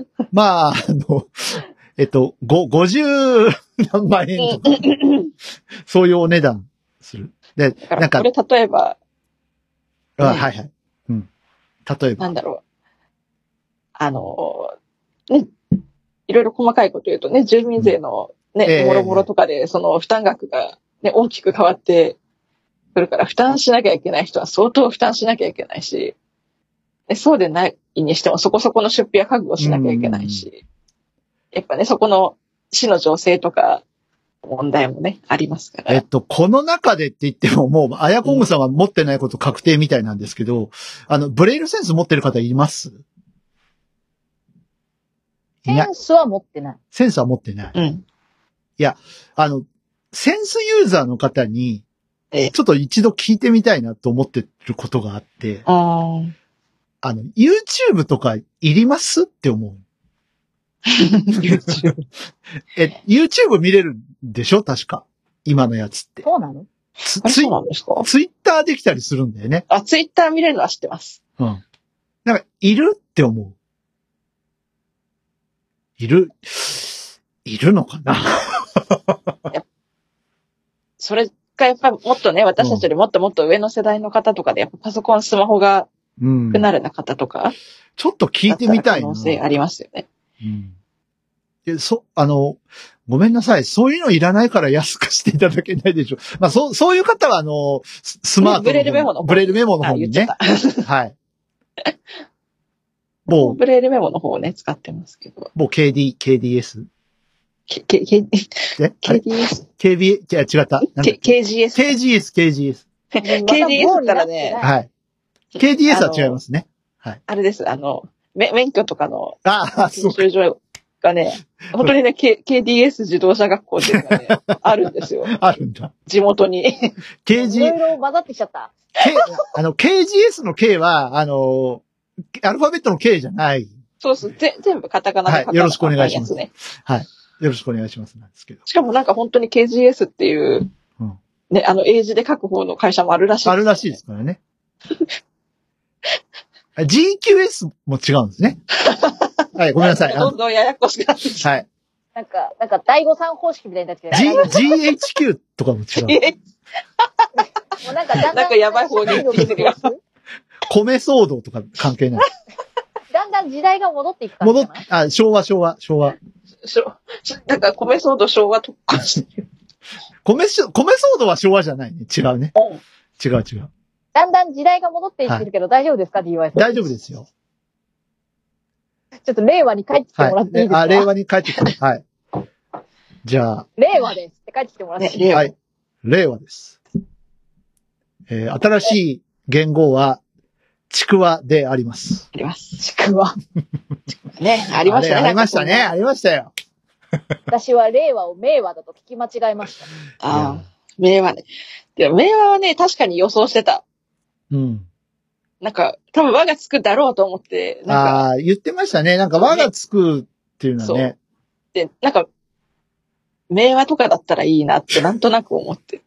Speaker 2: い。まあ、あの、えっと、ご、五十何万円 <laughs> とか、そういうお値段する。で、
Speaker 3: だか
Speaker 2: なん
Speaker 3: ら、
Speaker 2: か
Speaker 3: こ、れ、例えば、
Speaker 2: あはいはい。うん。例えば。
Speaker 3: なんだろう。あの、ね、いろいろ細かいこと言うとね、住民税の
Speaker 2: ええ
Speaker 3: ね、もろもろとかで、その負担額がね、大きく変わってくるから、負担しなきゃいけない人は相当負担しなきゃいけないし、ねそうでないにしてもそこそこの出費は覚悟しなきゃいけないし、やっぱね、そこの市の情勢とか問題もね、ありますか
Speaker 2: えっ
Speaker 3: ら。
Speaker 2: と、この中でって言っても、もう、あやこんぐさんは持ってないこと確定みたいなんですけど、あの、ブレイルセンス持ってる方いますい
Speaker 4: セ
Speaker 2: ない
Speaker 4: ン。スは持ってない。
Speaker 2: センスは持ってない。
Speaker 3: うん。
Speaker 2: あの、センスユーザーの方に、
Speaker 3: ええ
Speaker 2: ちょっと一度聞いてみたいなと思ってることがあって、
Speaker 3: あ
Speaker 2: <laughs>
Speaker 3: ー
Speaker 2: あの、YouTube とかいりますって思う。
Speaker 3: YouTube
Speaker 2: え、YouTube 見れるんでしょ確か。今のやつって。
Speaker 4: そう
Speaker 3: <laughs>
Speaker 4: なの
Speaker 2: つ
Speaker 3: あれ
Speaker 2: ツイ
Speaker 3: そうなんですか
Speaker 2: ツイッターできたりするんだよね。
Speaker 3: あ、ツイッター見れるのは知ってます。
Speaker 2: うん。なんか、いるって思う。いる、いるのかな
Speaker 3: それがやっぱりもっとね、私たちよりもっともっと上の世代の方とかで、やっぱパソコン、スマホが
Speaker 2: うん
Speaker 3: 不。慣れな方とか、
Speaker 2: ちょっと聞いてみたいな。
Speaker 3: だったら可能性ありますよね。
Speaker 2: うん。で、そ、あの、ごめんなさい。そういうのいらないから安くしていただけないでしょう。まあ、そう、そういう方は、あの、ススマート
Speaker 3: ブレルメモの方
Speaker 2: ブレルメモの
Speaker 3: あ、
Speaker 2: 方に
Speaker 3: 言っちゃっ
Speaker 2: ね。
Speaker 3: た。
Speaker 2: はい。某、
Speaker 3: ブレールメモの方をね、使ってますけど。
Speaker 2: 某 KD、KDS。
Speaker 3: K、K、K、
Speaker 2: えあれ
Speaker 3: KDS、
Speaker 2: ?KB、いや違った。なんだっけ
Speaker 3: K、KGS。
Speaker 2: KGS、KGS。
Speaker 3: KDS だったらね。
Speaker 2: はい。KDS は違いますすね。
Speaker 3: あれです、あの、め免許とかの
Speaker 2: ああ、そう
Speaker 3: 研。修所がね、本当にね、K、KDS 自動車学校っていうのがね、あるんですよ。
Speaker 2: あるんだ。
Speaker 3: 地元に。
Speaker 4: いろ
Speaker 2: KG、
Speaker 4: いろ混ざってきちゃった。
Speaker 2: K、あの、KGS の K は、あの、アルファベットの K じゃない。
Speaker 3: そうそう、ぜ全部カタカナで書か
Speaker 2: はいよろしくお願いし
Speaker 3: や
Speaker 2: ま
Speaker 3: つ
Speaker 2: す
Speaker 3: ね。
Speaker 2: よろしくお願いします。なんですけど。
Speaker 3: しかもなんか本当に KGS っていう
Speaker 2: うん、
Speaker 3: ね、あの、英字で書く方の会社もあるらしい。
Speaker 2: あるらしいですからね。GQS も違うんですね。はい、ごめんなさい。あ
Speaker 3: どん
Speaker 2: の
Speaker 3: どんややこしくなってきて。
Speaker 2: はい。
Speaker 4: なんか、なんか、第五さん方式みたいになってき
Speaker 2: G、
Speaker 4: た。
Speaker 2: GHQ とかも違う。
Speaker 4: もうなんか、だんだ
Speaker 3: なん
Speaker 4: ん
Speaker 3: かやばい方に行ってる
Speaker 4: <laughs>
Speaker 3: よ
Speaker 2: 米騒動とか関係ない。
Speaker 4: だんだん時代が戻っていくから。
Speaker 2: 戻っ、あ、昭和、昭和、昭和。
Speaker 3: しょ <laughs> なんか米騒動昭和特化してる。
Speaker 2: 米し、米騒動は昭和じゃないね。違うね。違う違う。
Speaker 4: だんだん時代が戻っていってるけど、大丈夫ですか ?DY さん。
Speaker 2: 大丈夫ですよ。
Speaker 4: ちょっと令和に帰ってきて
Speaker 2: はい
Speaker 4: もらっていい。ですか、
Speaker 2: あ、令和に帰ってくる。はい。じゃあ、
Speaker 4: 令和ですって帰ってきてもらっていい
Speaker 3: ね、令和
Speaker 2: はい。令和です。えー新しい言語は、ちくわであります。
Speaker 3: あります。
Speaker 4: ちく
Speaker 2: <laughs>
Speaker 4: わ。
Speaker 3: ね、ありましたね。
Speaker 2: あれありましたね。ありましたよ。
Speaker 4: 私は令和を名和だと聞き間違えました。
Speaker 2: い
Speaker 3: あ
Speaker 2: や
Speaker 3: あ、名和ね。でも名和はね、確かに予想してた。
Speaker 2: うん。
Speaker 3: なんか、多分和がつくだろうと思って、なんか、
Speaker 2: ああー、言ってましたね。なんか輪がつくっていうのはね。
Speaker 3: で、なんか、名和とかだったらいいなってなんとなく思って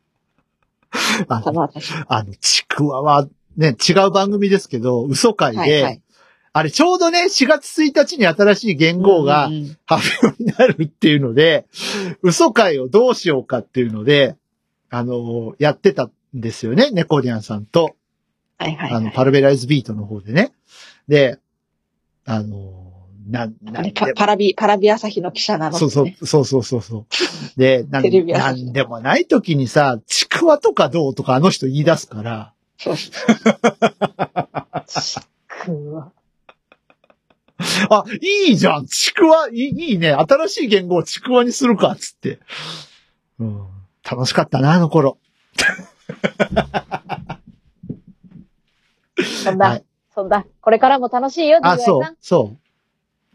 Speaker 2: あ
Speaker 3: た
Speaker 2: の、
Speaker 3: な、確かに。
Speaker 2: あのちくわは、ね、違う番組ですけど、嘘会で、
Speaker 3: はいはい。
Speaker 2: あれちょうどね、4月1日に新しい言語が
Speaker 3: うんうん
Speaker 2: 発表になるっていうので、嘘会をどうしようかっていうので、あの、やってたんですよね。ネコリアンさんと。
Speaker 3: はいはい、
Speaker 2: あの、
Speaker 3: はい。
Speaker 2: パルベライズビートの方でね。で、あの、な、な
Speaker 3: あ
Speaker 2: んで
Speaker 3: れパパラビ、パラビ朝日の記者なの、ね。
Speaker 2: そう
Speaker 3: <laughs>
Speaker 2: そう、そうそうそうそう。で、なん
Speaker 3: テレビ朝
Speaker 2: な
Speaker 3: 日
Speaker 2: んでもない時にさ、ちくわとかどうとかあの人言い出すから、
Speaker 3: そう。
Speaker 4: くわ。
Speaker 2: あ、いいじゃん、ちくわ、いいいいね、新しい言語をちくわにするか、つって。うん、楽しかったな、あの頃。
Speaker 4: そん
Speaker 2: は
Speaker 4: な、
Speaker 2: い
Speaker 4: そんな、これからも楽しいよ、DY
Speaker 2: あ、そ
Speaker 4: さん
Speaker 2: う。、そ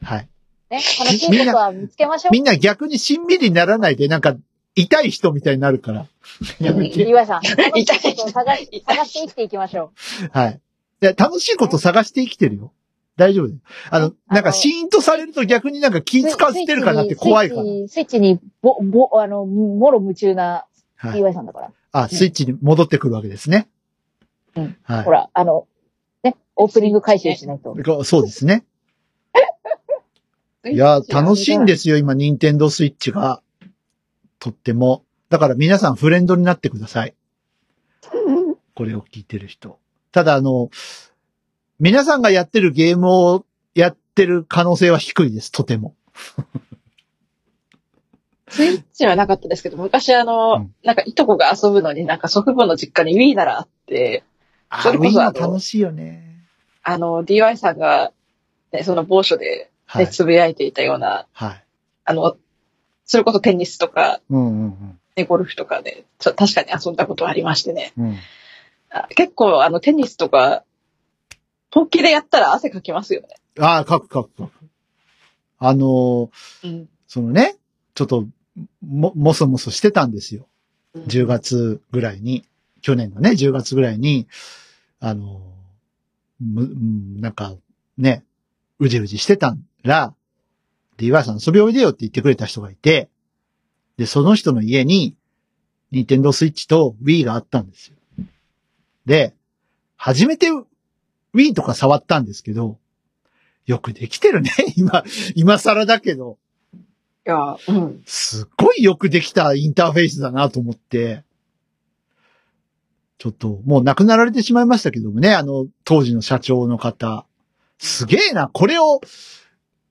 Speaker 2: う。はい。
Speaker 4: ね、楽しいことは見つけましょ
Speaker 2: みんな逆にしんみりにならないで、なんか、痛い人みたいになるから。やめ
Speaker 4: う。
Speaker 2: て。
Speaker 4: DY さん、
Speaker 3: い
Speaker 4: 楽しいことを探し、探して生きていきまし
Speaker 2: <laughs>
Speaker 4: ょ
Speaker 2: はい。で楽しいこと探して生きてるよ。大丈夫だよ。あの、なんかシーンとされると逆になんか気
Speaker 4: う。
Speaker 2: 使わせてるかなって怖いから。
Speaker 4: スイッチに、スイッチにぼ、ぼ、あの、もろ夢中な
Speaker 2: はい。
Speaker 4: DY さんだから。
Speaker 2: あ、スイッチに戻ってくるわけですね。
Speaker 3: うん
Speaker 2: はい
Speaker 4: ほ。ら、あの、ね、オープニング回収しないと。
Speaker 2: こうそうですね。いや、楽しいんですよ、今、ニンテンドースイッチが。とっても。だから皆さんフレンドになってください。これを聞いてる人。ただ、あの、皆さんがやってるゲームをやってる可能性は低いです、とても。
Speaker 3: スイッチはなかったですけど、昔あの、
Speaker 2: うん
Speaker 3: なんかいとこが遊ぶのに、なんか祖父母の実家に Wii ならあって、
Speaker 2: あ
Speaker 3: それこそ
Speaker 2: みんな
Speaker 3: あの
Speaker 2: 楽しいよね。
Speaker 3: あの、DY さんが、ね、その某所で、
Speaker 2: は
Speaker 3: ね、
Speaker 2: い。
Speaker 3: つぶやいていたような、
Speaker 2: はい。
Speaker 3: あの、それこそテニスとか、
Speaker 2: うんうん
Speaker 3: ね、ゴルフとかで、ちょ確かに遊んだことありましてね。
Speaker 2: うん。うん
Speaker 3: あ結構あの、テニスとか、本気でやったら汗かきますよね。
Speaker 2: ああ、書く書く書く。あのー
Speaker 3: うん。
Speaker 2: そのね、ちょっと、も、もそもそしてたんですよ。10月ぐらいに、去年のね、10月ぐらいに、あのー、む、うんなんか、ね、うじうじしてたら、で、岩井さん遊びおいでよって言ってくれた人がいて、で、その人の家に、ニンテンドースイッチと Wii があったんですよ。で、初めて Wii とか触ったんですけど、よくできてるね。 <laughs> 今、今更だけど、
Speaker 3: いや、うん。
Speaker 2: すっごいよくできたインターフェースだなと思って、ちょっともう亡くなられてしまいましたけどもね、あの、当時の社長の方。すげえな、これを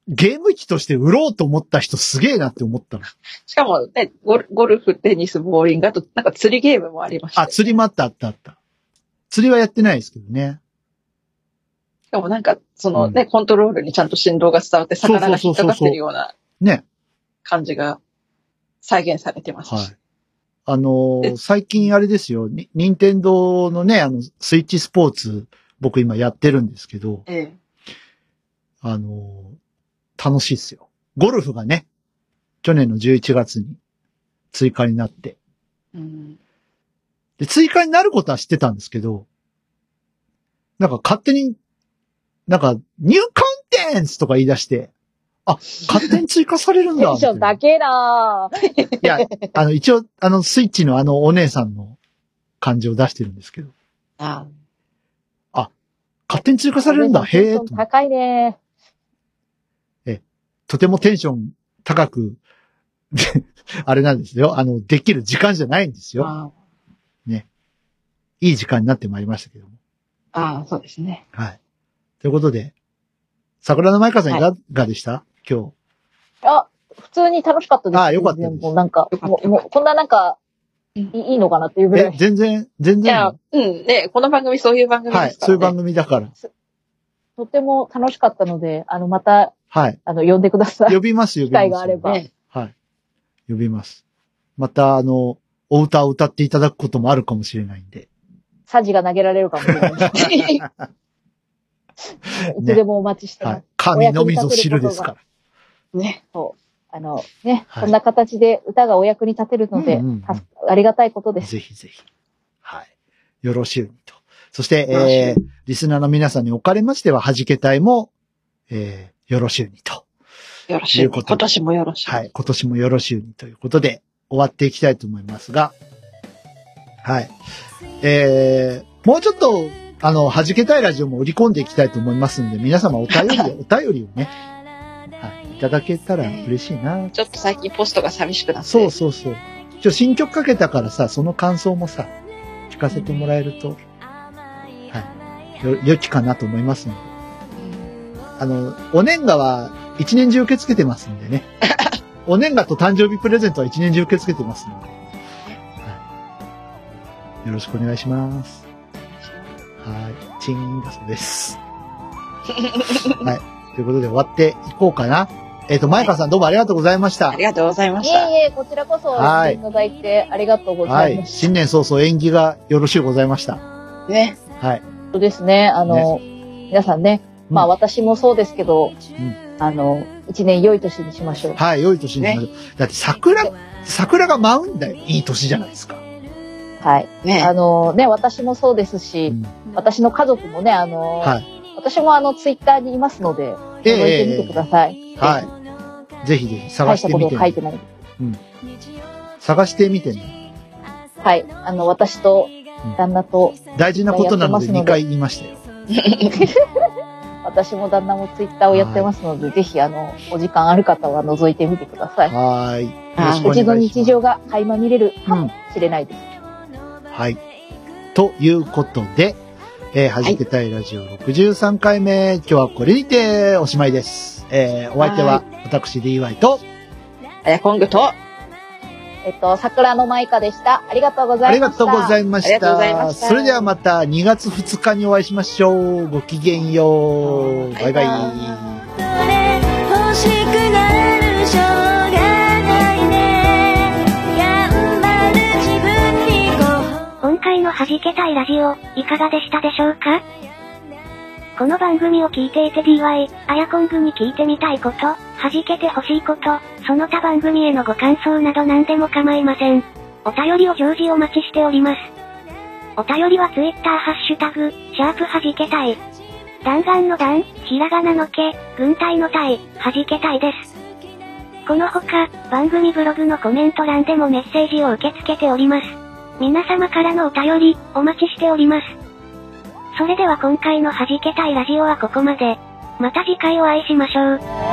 Speaker 2: ゲーム機として売ろうと思った人すげえなって思ったの。
Speaker 3: しかもね、ゴルゴルフ、テニス、ボーリング、あと、なんか釣りゲームもありましたよ。
Speaker 2: あ、釣りもあったあったあった。釣りはやってないですけどね。
Speaker 3: しかもなんか、そのね、
Speaker 2: う
Speaker 3: コントロールにちゃんと振動が伝わって、魚が
Speaker 2: そ
Speaker 3: 引
Speaker 2: う
Speaker 3: っ
Speaker 2: そうそうそう
Speaker 3: かかってるような
Speaker 2: ね。
Speaker 3: 感じが再現されてます
Speaker 2: は
Speaker 3: し
Speaker 2: い。あのー
Speaker 3: え
Speaker 2: 最近あれですよ、に任天堂のね、あの、スイッチスポーツ、僕今やってるんですけど、
Speaker 3: ええ。
Speaker 2: あのー楽しいっすよ。ゴルフがね、去年の11月に追加になって。
Speaker 3: うん。
Speaker 2: で、追加になることは知ってたんですけど、なんか勝手に、なんか、ニューコンテンツとか言い出して、あ、勝手に追加されるん
Speaker 4: テ
Speaker 2: だ。
Speaker 4: ンション
Speaker 2: みたいな
Speaker 4: だけなぁ。
Speaker 2: いや、あの、一応、あの、スイッチのあのお姉さんの感じを出してるんですけど、
Speaker 3: あ
Speaker 2: 勝手に追加されるんだ、へえ
Speaker 4: テンシ
Speaker 2: と
Speaker 4: ョン高いね。
Speaker 2: とてもテンション高く、 <laughs> であれなんですよ。あの、できる時間じゃないんですよ。
Speaker 3: あ
Speaker 2: いい時間になってまいりましたけども。
Speaker 3: ああ、そうですね。
Speaker 2: はい。ということで、桜の舞香さんいかがでした、今
Speaker 4: あ、普通に楽しかったです。
Speaker 2: あよかったです
Speaker 4: 全然もうなんか
Speaker 3: よ、かった
Speaker 4: もう、もうこんななんか、
Speaker 3: う
Speaker 4: い
Speaker 3: ん
Speaker 4: いいのかなっていうぐ
Speaker 2: 日。
Speaker 4: ら
Speaker 2: え、
Speaker 4: い。
Speaker 2: 全然、全
Speaker 3: い
Speaker 2: 然
Speaker 3: や
Speaker 2: よ。、
Speaker 3: うん、ね、この番組そういう番組
Speaker 2: は
Speaker 3: で
Speaker 2: い。
Speaker 3: すか
Speaker 2: そうい
Speaker 3: ら
Speaker 2: う
Speaker 3: ね。
Speaker 2: 番組だから。
Speaker 4: とても楽しかったので、あの、また、
Speaker 2: はい。
Speaker 4: あの、呼んでください
Speaker 2: 呼。びます、呼び
Speaker 4: 機
Speaker 2: ます。
Speaker 4: 会があれば。
Speaker 3: ね
Speaker 2: はい。呼びます。また、あの、お歌を歌っていただくこともあるかもしれないんで。
Speaker 4: サジが投げられるかもしれない。
Speaker 2: <laughs>
Speaker 4: いつでもお待ちしてます。
Speaker 2: はい。神のみぞ知るですから。
Speaker 3: ね。
Speaker 4: あの、ね、
Speaker 2: はい
Speaker 4: こんな形で歌がお役に立てるので、
Speaker 2: うんうんうん
Speaker 4: 助ありがたいことです。
Speaker 2: ぜひぜひ。はい。よろしゅうにと。そして、
Speaker 3: よろしゅう
Speaker 2: えー、リスナーの皆さんにおかれましては、弾けたいも、えー、よろしゅうにと。
Speaker 3: よろしい。
Speaker 2: いうこと
Speaker 3: 今
Speaker 2: で
Speaker 3: 年もよろしい。
Speaker 2: はい。今年もよろしゅうにということで、終わっていきたいと思いますが、はい。えー、もうちょっと、あの、弾けたいラジオも売り込んでいきたいと思いますんで、皆様お便りを、お便りをね、はい、いただけたら嬉しいな。
Speaker 3: ちょっと最近ポストが寂しくなって。
Speaker 2: そうそうそう。ちょ、新曲かけたからさ、その感想もさ、聞かせてもらえると、はい、よ、良きかなと思いますので。あの、お年賀は一年中受け付けてますんで
Speaker 4: <laughs>
Speaker 2: ね。お年賀と誕生日プレゼントは一年中受け付けてますので。はい、よろしくお願いします。はい。チーンだそう
Speaker 4: <laughs>
Speaker 2: です。はい。ということで終わっていこうかな。えっ、と、マイカさんどうもありがとうございました
Speaker 3: あり。がとうございま
Speaker 4: い
Speaker 3: した。
Speaker 4: えいえ、こちらこそ、呼
Speaker 2: はい
Speaker 4: んでいただいてありがとうござ
Speaker 2: はいい。
Speaker 4: まし
Speaker 2: 新年早々縁起がよろしゅうございました。
Speaker 3: ね。
Speaker 2: はい。
Speaker 4: た。そうですね、あの、皆さんね、まあ
Speaker 2: うん
Speaker 4: 私もそうですけど、
Speaker 2: ん
Speaker 4: あの、一年良い年にしましょう。
Speaker 2: はい、良い年になる。だって桜、桜が舞うんだよ。いい年じゃないですか。
Speaker 4: はい。あ
Speaker 3: ね。
Speaker 4: のね、私もそうです
Speaker 2: う
Speaker 4: し、
Speaker 2: ん、
Speaker 4: 私の家族もね、あの、
Speaker 2: はい。
Speaker 4: 私もあの、ツイッターにいますので、
Speaker 2: ええ
Speaker 4: 覗いてみてください。
Speaker 2: はい。ぜひぜひ探
Speaker 4: 大
Speaker 2: し
Speaker 4: した
Speaker 2: て
Speaker 4: こ
Speaker 2: み
Speaker 4: とを
Speaker 2: て、
Speaker 4: 書いてない。
Speaker 2: 探してみてね。
Speaker 4: はい。あの、私と旦那と、
Speaker 2: 大事なことなので
Speaker 4: やってますので
Speaker 2: 2回言いましたよ。
Speaker 4: 私も旦那もツイッターをやってますので、ぜひ、あの、お時間ある方は覗いてみてください。
Speaker 2: はーい。
Speaker 3: あー
Speaker 2: よろ
Speaker 4: う
Speaker 2: し
Speaker 4: ち
Speaker 2: くお
Speaker 4: の
Speaker 2: 願いします
Speaker 4: 日常が垣間見れるか
Speaker 2: うん
Speaker 4: もしれないです。
Speaker 2: はい。ということで、えー、はじけたいラジオ63回目、今日はこれにておしまいです。えー、お相手は私 DY と、
Speaker 3: あやこんぐと、あ
Speaker 4: えっと、桜の舞香でした。ありがとうござ
Speaker 2: あ
Speaker 4: い
Speaker 2: り
Speaker 4: ま
Speaker 2: が
Speaker 4: した。
Speaker 2: とうございま
Speaker 3: あり
Speaker 2: し
Speaker 3: がとうござい
Speaker 2: た。
Speaker 3: ました
Speaker 2: それではまた2月2日にお会いしましょう。ごきげんよう。バイバイ。
Speaker 3: バイバイ
Speaker 5: それ欲しくなるしょうがないね頑張る自分にご
Speaker 1: 今回の弾けたいラジオ、いかがでしたでしょうかこの番組を聞いていて DY、アヤコングに聞いてみたいこと、弾けてほしいこと、その他番組へのご感想など何でも構いません。お便りを常時お待ちしております。お便りは Twitter ハッシュタグ、シャープ弾けたい。弾丸の弾、ひらがなのけ、軍隊の隊、弾けたいです。このほか、番組ブログのコメント欄でもメッセージを受け付けております。皆様からのお便り、お待ちしております。それでは今回の弾けたいラジオはここまで。また次回お会いしましょう。